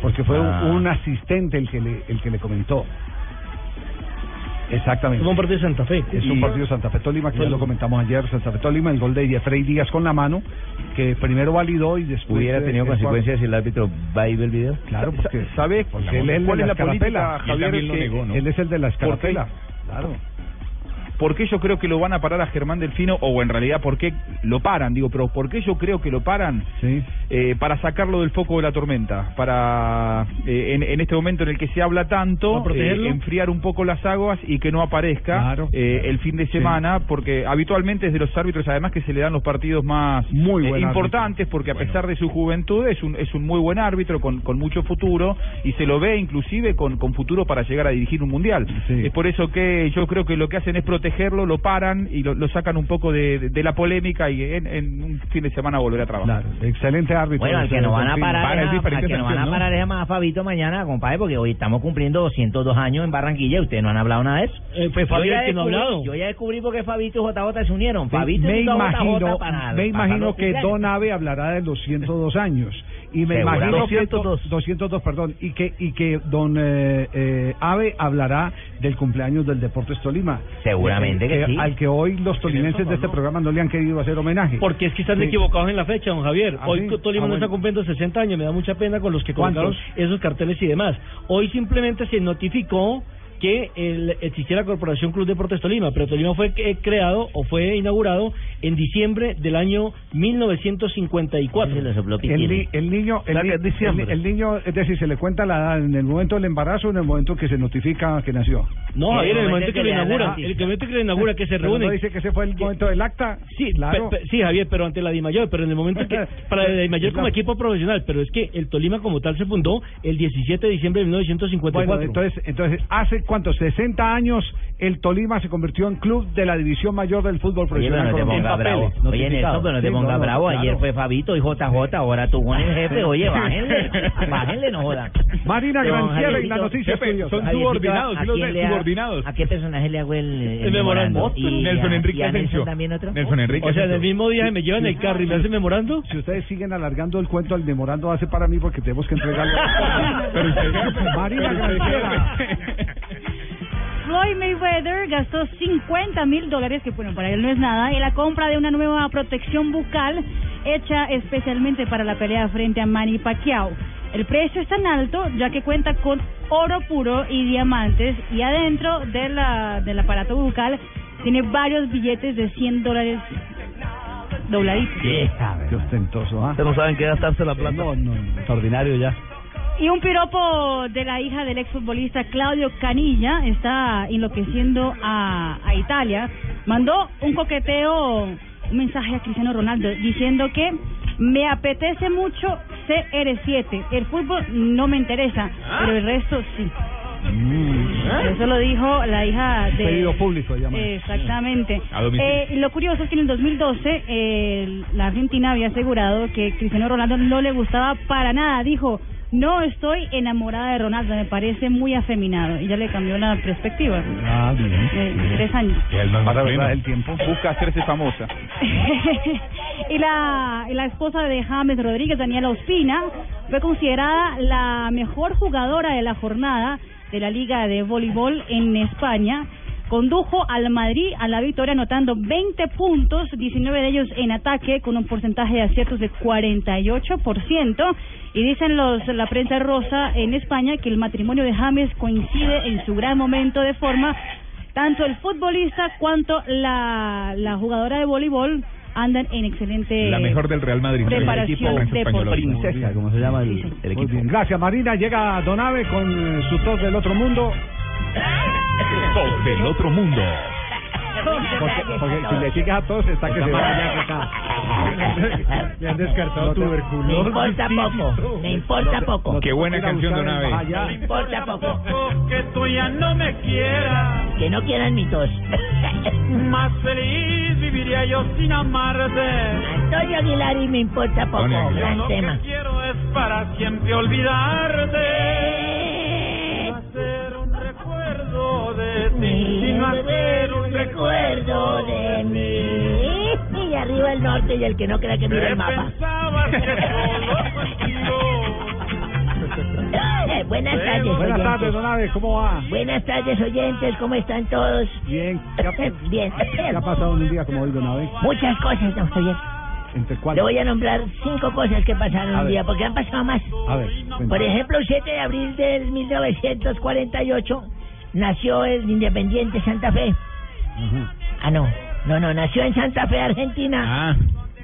S25: Porque fue un- Ah. un asistente el que le, el que le comentó. Exactamente.
S9: Es un partido de Santa Fe.
S25: Es un partido de Santa Fe Tolima, que lo comentamos ayer, Santa Fe Tolima, el gol de Jeffrey Díaz con la mano, que primero validó y después...
S8: ¿Hubiera
S25: eh,
S8: tenido
S25: el cuarto-
S8: consecuencias si el árbitro va y ve el video?
S25: Claro, porque pues,
S8: sabe
S25: porque él es el de la escarapela.
S27: también lo negó, ¿no?
S25: Él es el de la
S27: ¿Por qué?
S25: escarapela. Claro.
S27: porque yo creo que lo van a parar a Germán Delfino o en realidad por qué lo paran digo pero por qué yo creo que lo paran Eh, para sacarlo del foco de la tormenta para eh, en, en este momento en el que se habla tanto
S9: ¿Para protegerlo?
S27: eh, enfriar un poco las aguas y que no aparezca eh, el fin de semana porque habitualmente es de los árbitros además que se le dan los partidos más eh,
S25: buen árbitro.
S27: importantes porque a pesar de su juventud es un es un muy buen árbitro con, con mucho futuro y se lo ve inclusive con, con futuro para llegar a dirigir un mundial. Es por eso que yo creo que lo que hacen es protegerlo, lo paran y lo, lo sacan un poco de, de- de la polémica y en, en un fin de semana volverá a trabajar.
S25: Excelente árbitro.
S8: Bueno, al que
S25: Excelente
S8: nos van a
S25: árbitro.
S8: parar, es a- al que nos van
S25: sanción,
S8: a
S25: ¿no?
S8: parar es a más a Fabito mañana, compadre, porque hoy estamos cumpliendo 202 años en Barranquilla y ustedes no han hablado nada de eso.
S9: Eh,
S3: pues,
S9: fue
S8: Yo
S9: Fabio
S8: ya
S9: el que no ha
S8: descubrí-
S9: hablado.
S8: Yo ya descubrí por qué Fabito y JJ se unieron.
S25: Sí,
S8: Fabito
S25: me
S8: y
S25: imagino,
S8: JJ para
S25: me
S8: para
S25: imagino
S8: los
S25: que
S8: cumpleaños.
S25: Don Ave hablará de los 102 años y me
S8: Seguramente.
S25: imagino que to- 202 perdón y que y que Don eh, eh, Ave hablará del cumpleaños del Deportes Tolima Eh,
S8: Seguramente que sí.
S25: al que hoy los tolimenses de este programa no le han querido hacer homenaje
S9: Porque es que están
S25: Sí.
S9: equivocados en la fecha, don Javier.
S25: ¿Ah,
S9: Hoy
S25: sí?
S9: Tolima
S25: Ah,
S9: no
S25: bueno.
S9: está cumpliendo 60 años, me da mucha pena con los que
S25: ¿Cuántos?
S9: colocaron esos carteles y demás. Hoy simplemente se notificó que el, existía la Corporación Club Deportes Tolima, pero Tolima fue eh, creado o fue inaugurado en diciembre del año 1954.
S25: el, ni- el niño el, ni- el- el niño es decir se le cuenta la edad en el momento del embarazo o en el momento que se notifica que nació
S9: No, Javier, en el momento que lo
S25: le
S9: inaugura, el momento que lo inaugura, que se
S25: Pero no
S9: reúne.
S25: dice que ese fue el momento del acta
S9: Sí,
S25: claro
S9: pe- pe- sí, Javier, pero ante la DIMAYOR, pero en el momento que para la DIMAYOR como equipo profesional, pero es que el Tolima como tal se fundó el 17 de diciembre de 1954.
S25: Bueno, entonces, entonces hace cuántos 60 años el Tolima se convirtió en club de la división mayor del fútbol
S8: Oye, pero
S25: profesional
S8: no te
S25: colombiano.
S8: ponga bravo. Oye, Nelson, pero no te
S25: Sí,
S8: ponga
S25: no, no,
S8: bravo.
S25: claro.
S8: Ayer fue Fabito y JJ, ahora tú con el jefe. Oye, bájenle. bájenle, no jodan.
S25: Marina
S8: Don
S25: Granciera y
S8: Javiercito,
S25: la noticia pues,
S8: jefe,
S25: estudiosa.
S8: Javiercito, ¿a quién le ha- ¿A qué personaje le hago el, el memorando? Y
S25: Nelson
S8: a-
S25: Enrique
S8: y a Nelson
S25: Asensio.
S8: también otro?
S9: O sea, en el mismo día me llevan
S25: Sí,
S9: el carro y me
S25: sí.
S9: hacen memorando.
S25: Si ustedes siguen alargando el cuento, el memorando hace para mí porque tenemos que entregarlo.
S3: Pero usted-
S25: Marina
S3: pero usted-
S25: Granciera.
S19: Floyd Mayweather gastó 50 mil dólares, que bueno, para él no es nada, en la compra de una nueva protección bucal hecha especialmente para la pelea frente a Manny Pacquiao. El precio es tan alto ya que cuenta con oro puro y diamantes y adentro de la, del aparato bucal tiene varios billetes de 100 dólares dobladitos.
S25: Qué ostentoso, ¿ah?
S12: Ustedes no saben qué gastarse la plata.
S25: No, no, no.
S12: Extraordinario ya.
S19: Y un piropo de la hija del exfutbolista Claudio Canilla está enloqueciendo a, a Italia. Mandó un coqueteo, un mensaje a Cristiano Ronaldo diciendo que me apetece mucho CR7. El fútbol no me interesa, pero el resto sí.
S25: Mm.
S3: ¿Ah?
S19: Eso lo dijo la hija de...
S25: Pedido público, llama.
S19: Exactamente.
S25: A domicilio.
S19: Eh, y lo curioso es que en el 2012 eh, la Argentina había asegurado que Cristiano Ronaldo no le gustaba para nada. Dijo, no estoy enamorada de Ronaldo, me parece muy afeminado. Y ya le cambió la perspectiva.
S25: Ah, bien.
S19: Eh, tres años.
S27: Para
S25: verdad el tiempo.
S27: Busca hacerse famosa.
S19: y la, y la esposa de James Rodríguez, Daniela Ospina, fue considerada la mejor jugadora de la jornada de la Liga de Voleibol en España. Condujo al Madrid a la victoria anotando 20 puntos, 19 de ellos en ataque, con un porcentaje de aciertos de 48%. Y dicen los la prensa rosa en España que el matrimonio de James coincide en su gran momento de forma tanto el futbolista cuanto la, la jugadora de voleibol andan en excelente
S27: La mejor del Real Madrid.
S19: Eh, preparación deportiva.
S25: como se llama
S19: el,
S25: equipo. Gracias, Marina. Llega Donave con eh, su tos del otro mundo.
S11: Tos del otro mundo.
S25: Porque, porque si le sigues a todos, está que se va.
S8: Le han descartado
S25: tuberculosis.
S8: Me importa poco. Me importa poco.
S27: Qué buena canción de una vez.
S8: Me importa poco.
S3: Que tú ya no me quieras,
S8: Que no quieran mi tos.
S3: más feliz viviría yo sin amarte.
S8: Antonio Aguilar y me importa poco.
S3: Yo
S8: Gran
S3: lo que
S8: tema.
S3: quiero es para siempre
S8: Eh.
S3: olvidarte. No hacer un recuerdo de ti, sino hacer un recuerdo de mí.
S8: Y arriba el norte y el que no crea que mira el mapa.
S3: Pensabas que solo contigo
S26: Eh, buenas tardes.
S25: Buenas tardes,
S26: oyentes.
S25: don Aves, ¿cómo va?
S26: Buenas tardes, oyentes. ¿Cómo están todos? Eh,
S25: Bien.
S26: Bien.
S25: ¿Qué ha pasado en un día como hoy, don Aves?
S26: Muchas cosas, don Javier.
S25: ¿Entre
S26: Le
S25: cuáles?
S26: voy a nombrar cinco cosas que pasaron
S25: A
S26: un
S25: ver.
S26: día, porque han pasado más.
S25: A ver,
S26: Por
S25: cuéntame.
S26: ejemplo, el 7 de abril del 1948 nació el Independiente Santa Fe. Ah, no. No, no, nació en Santa Fe, Argentina.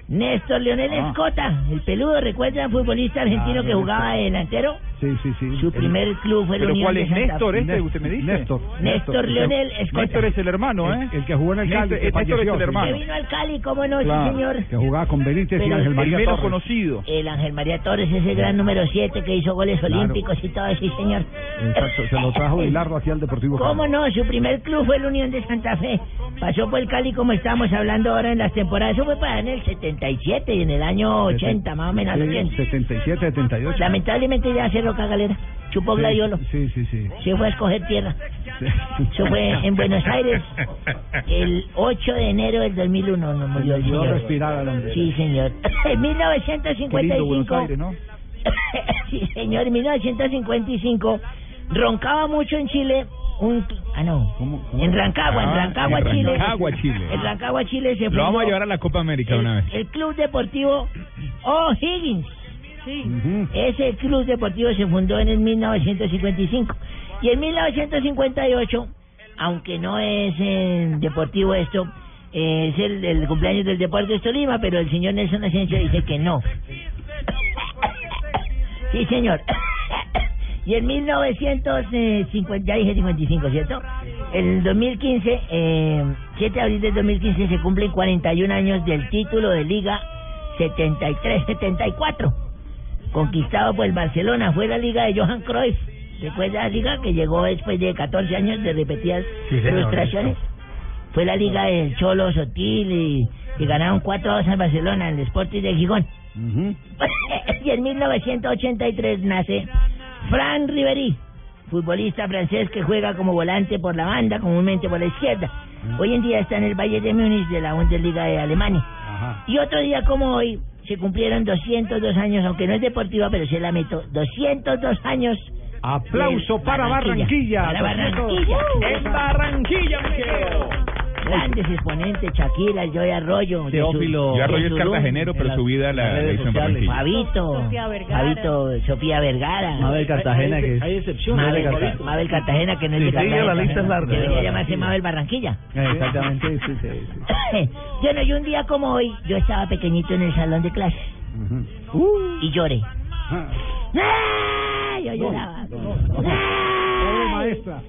S26: Néstor Leonel
S25: Ah.
S26: Escota, el peludo, ¿recuerdan? Futbolista argentino
S25: Ah,
S26: que jugaba de
S25: Néstor.
S26: delantero.
S25: Sí, sí, sí.
S26: Su primer club fue el
S25: ¿Pero
S26: Unión
S25: cuál
S26: de
S25: es?
S26: Santa
S25: ¿Néstor
S26: Fe.
S25: este, usted me dice? Néstor.
S26: Néstor Leonel Escota.
S25: Néstor es
S27: el hermano,
S25: ¿eh? El, que jugó en el
S27: Néstor-
S25: Cali. que
S27: Néstor es el
S25: falleció, sí.
S26: Que vino al Cali, cómo no,
S25: Claro,
S26: sí, señor.
S25: Que jugaba con Benítez y
S26: Pero
S25: Ángel María
S26: menos
S25: Torres.
S26: conocido. El Ángel María Torres es el gran número 7 que hizo goles
S25: Claro.
S26: olímpicos y todo, sí, señor.
S25: Exacto, se lo trajo Bilardo aquí al Deportivo Cali.
S26: ¿Cómo no? Su primer club fue el Unión de Santa Fe. Pasó por el Cali como estamos hablando ahora en las temporadas. Eso fue para en el 77 y en el año 80, más o menos.
S25: Sí,
S26: 80.
S25: 77, 78.
S26: Pues, Lamentablemente ya cerró Cagalera. Chupó gladiolo.
S25: Sí, sí, sí.
S26: Se fue a escoger tierra. Eso fue en Buenos Aires el 8 de enero del 2001. Nos murió el
S25: Yo
S26: señor.
S25: respirar al hombre.
S26: Sí, señor. En 1955.
S25: Qué lindo Buenos Aires, ¿no?
S26: sí, señor. En 1955 roncaba mucho en Chile un... Ah, no. En Rancagua, en
S57: Ah,
S26: Rancagua,
S57: en
S26: Chile.
S57: Rancagua, Chile.
S26: En Rancagua, Chile se
S57: Lo vamos a
S26: fundó
S57: llevar a la Copa América una vez.
S26: el Club Deportivo O'Higgins. Sí. Ese Club Deportivo se fundó en el 1955. Y en 1958, aunque no es eh, deportivo esto, eh, es el, el cumpleaños del Deportes Tolima, pero el señor Nelson Asensio dice que no. Sí, señor. Y en 1950, ya dije 55, ¿cierto? En 2015, eh, 7 de abril del 2015, se cumplen 41 años del título de Liga 73-74, conquistado por el Barcelona. Fue la Liga de Johan Cruyff. Recuerda la liga que llegó después de 14 años de repetidas
S3: Sí, señor.
S26: frustraciones. Fue la liga del Cholo Sotil y, y ganaron 4 2 al Barcelona en el Sporting de Gijón. y en 1983 nace Fran Riveri, futbolista francés que juega como volante por la banda, comúnmente por la izquierda. Hoy en día está en el Valle de Múnich de la Bundesliga de Alemania. Y otro día como hoy se cumplieron 202 años, aunque no es deportiva, pero se la meto, 202 años.
S25: Aplauso
S26: del
S25: para Barranquilla.
S26: Para Barranquilla.
S3: En Barranquilla, me quedo.
S26: Grandes exponentes, Shakira, el Joy Arroyo. de su-
S57: Teófilo. Yo Arroyo
S26: de
S57: es
S26: su
S57: cartagenero,
S26: rumbo,
S57: pero
S26: de
S57: su vida la-
S26: las
S57: la
S26: redes
S57: hizo en
S26: sociales.
S57: Barranquilla.
S26: Fabito,
S9: Sofía Vergara.
S26: Fabito, Sofía Vergara.
S12: Mabel Cartagena,
S26: Hay-
S12: que es-
S26: Hay excepciones.
S12: Mabel
S26: Mabel,
S12: Cartagena.
S26: Cartagena. Mabel Cartagena, que no es
S12: Sí,
S26: de
S12: sí, la
S26: Cartagena.
S12: lista es larga.
S26: Debería
S12: Barranquilla.
S26: llamarse Mabel Barranquilla.
S12: Exactamente, sí, sí, sí.
S26: bueno, y un día como hoy, yo estaba pequeñito en el salón de clases. Y lloré. ¡Ah! Yo lloraba. ¡Ah!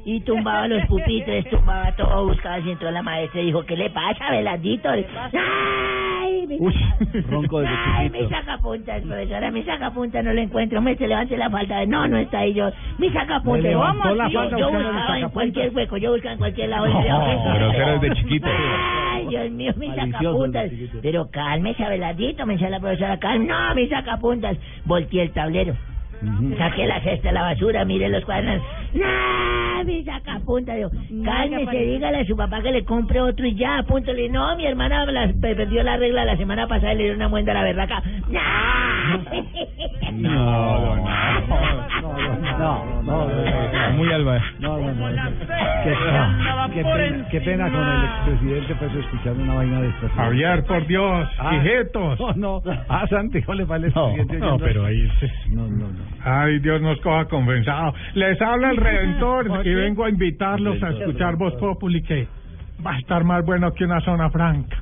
S26: Y tumbaba los pupitres, tumbaba todo, buscaba si entró la maestra y dijo, ¿qué le pasa, Velandito? ¡Ay! Me...
S12: Ronco desde
S26: Ay, me
S12: chiquito.
S26: saca punta, profesora, me saca punta, no lo encuentro, me se levante la falta, no, no está ahí yo, me saca punta,
S3: Me
S26: yo,
S3: levantó
S26: vamos,
S3: la
S26: yo,
S3: falta
S26: yo
S3: buscando el
S26: buscaba en
S3: sacapuntas.
S26: cualquier hueco, yo buscaba en cualquier lado.
S3: No,
S26: pero
S57: grosero desde chiquito.
S26: Ay, Dios mío, me saca
S57: Malicioso
S26: puntas, pero cálmese, Abelardito, me decía la profesora, calme, no, me saca puntas, volteé el tablero. Saqué la cesta de la basura, mire los cuadernos. ¡No! Me saca punta. Digo, cálmese,
S3: aparece.
S26: dígale a su papá que le compre otro y ya, apúntale. No, mi hermana la- pe- perdió la regla la semana pasada y le dio una muenda a la berraca. ¡No!
S57: No, no,
S25: No, no,
S57: Muy alba.
S25: No, no, no. Qué, qué pena, qué pena con el expresidente pues escuchar una vaina de estas.
S57: Javier, por Dios, hijitos.
S25: ah, No, no. Ah, Santiago le parece el presidente.
S57: No, pero ahí se-
S25: No, no, no.
S57: Ay, Dios nos coja confesado. Les habla el Redentor y vengo a invitarlos a escuchar Voz Populi que va a estar más bueno que una zona franca.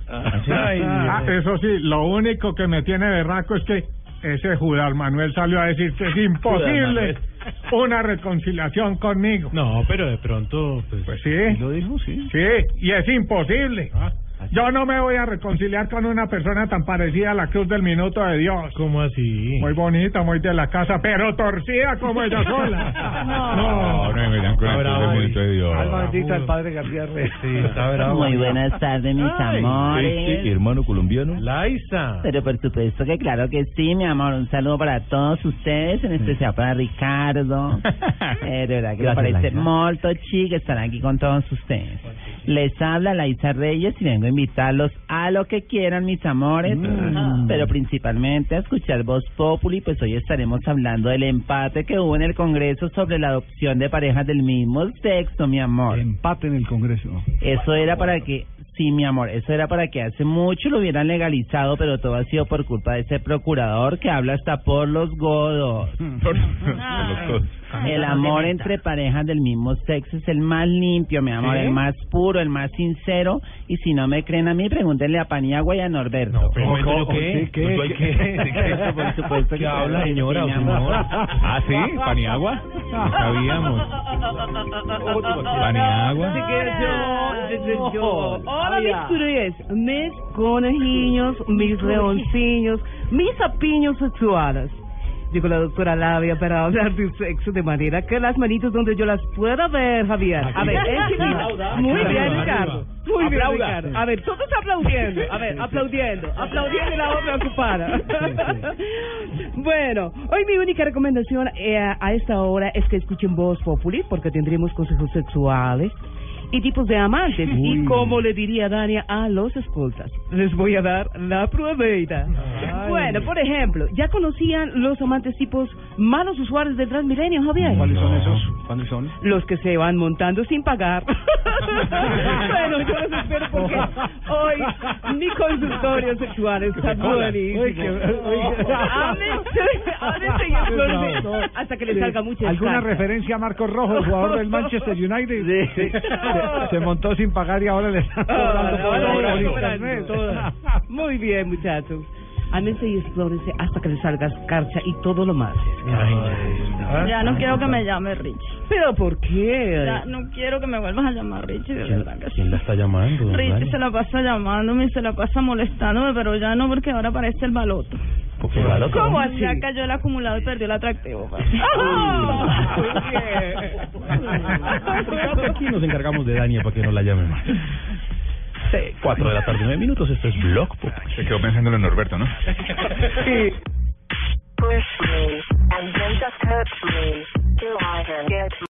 S3: Ay,
S57: Ah,
S3: Dios.
S57: eso sí, lo único que me tiene berraco es que ese Judas Manuel salió a decir que es imposible
S3: Manuel.
S57: una reconciliación conmigo. No, pero de pronto... Pues, sí. Lo dijo, sí. Ah, Sí, y es imposible. Yo no me voy a reconciliar con una persona tan parecida a la cruz del minuto de Dios. ¿Cómo así? Muy bonita, muy de la casa, pero torcida como ella sola.
S7: No, no, me dan con el momento de Dios.
S25: Alma bendita el padre García Reyes.
S24: Muy buenas tardes, mis
S10: Este
S24: amores.
S49: hermano colombiano.
S24: Laisa. Pero por supuesto que claro que sí, mi amor. Un saludo para todos ustedes, en especial para Ricardo. Eh, de verdad que me
S22: Gracias,
S24: parece
S22: Laisa.
S24: molto chic estar aquí con todos ustedes. Les habla Laisa Reyes y vengo a invitarlos a lo que quieran, mis amores,
S25: Mm.
S24: pero principalmente a escuchar Voz Populi, pues hoy estaremos hablando del empate que hubo en el Congreso sobre la adopción de parejas del mismo sexo, mi amor.
S25: Empate en el Congreso.
S24: Eso era para que, sí, mi amor, eso era para que hace mucho lo hubieran legalizado, pero todo ha sido por culpa de ese procurador que habla hasta por los godos.
S10: Ah,
S24: El amor entre parejas del mismo sexo es el más limpio, mi amor,
S10: ¿Sí?
S24: el más puro, el más sincero. Y si no me creen a mí, pregúntenle a Paniagua y a Norberto.
S10: pero ¿Cómo, ¿yo cómo? qué? ¿Sí, qué? Pues, ¿yo hay qué? ¿De qué?
S24: Por supuesto que
S10: Pues, ¿Qué habla,
S24: sí,
S10: señora,
S24: mi
S10: o
S24: amor.
S10: señor? Ah, ¿sí? ¿Paniagua? No sabíamos. ¿Paniagua?
S5: Hola, mis curios, mis conejillos, mis leoncillos, mis sapiños sexuales. Digo la doctora Labia para hablar de sexo de manera que las manitos donde yo las pueda ver, Javier. A ver, enchilina. Muy bien, Ricardo. Muy bien,
S3: Aplauda.
S5: Ricardo. A ver, todos aplaudiendo. A ver, aplaudiendo. Aplaudiendo y la otra ocupada. Bueno, hoy mi única recomendación eh, a esta hora es que escuchen Voz Populi porque tendremos consejos sexuales y tipos de amantes. Y como le diría Dania a los escoltas, les voy a dar la pruebita. Bueno, por ejemplo, ¿ya conocían los amantes tipos malos usuarios del Transmilenio, Javier?
S25: ¿Cuáles son esos? ¿Cuáles son?
S5: Los que se van montando sin pagar. bueno, yo los espero porque hoy mi consultorio sexual está
S3: colan.
S5: buenísimo.
S3: Uy, qué-
S10: eh,
S3: uy, qué-
S5: Ámense, ámense y exploren hasta que les salga mucha
S25: ¿Alguna
S5: estaca.
S25: referencia a Marcos Rojo, el jugador del Manchester United? Sí. Se, se montó sin pagar y ahora le están cobrando por
S5: ahora
S25: obra
S5: le
S25: por
S5: cobran
S25: internet.
S5: todas. Muy bien, muchachos. Ámense y explórense hasta que les salga escarcha y todo lo más.
S49: Ya no quiero que me llame Richie.
S5: ¿Pero por qué?
S49: Ya no quiero que me vuelvas a llamar Richie, de verdad que sí.
S10: ¿Quién la está llamando?
S49: Richie se la pasa llamándome y se la pasa molestándome, pero ya no porque ahora parece el baloto.
S10: Porque va loco.
S49: ¿Cómo así? Ya cayó el acumulado y perdió el atractivo. pues? pa.
S10: Pues, Aquí nos encargamos de Dania para que no la llame más. Cuatro de la tarde, nueve minutos. Esto es Blog Populi.
S7: Se quedó pensándolo en Norberto, ¿no?
S3: and then just hurts me. Do I then get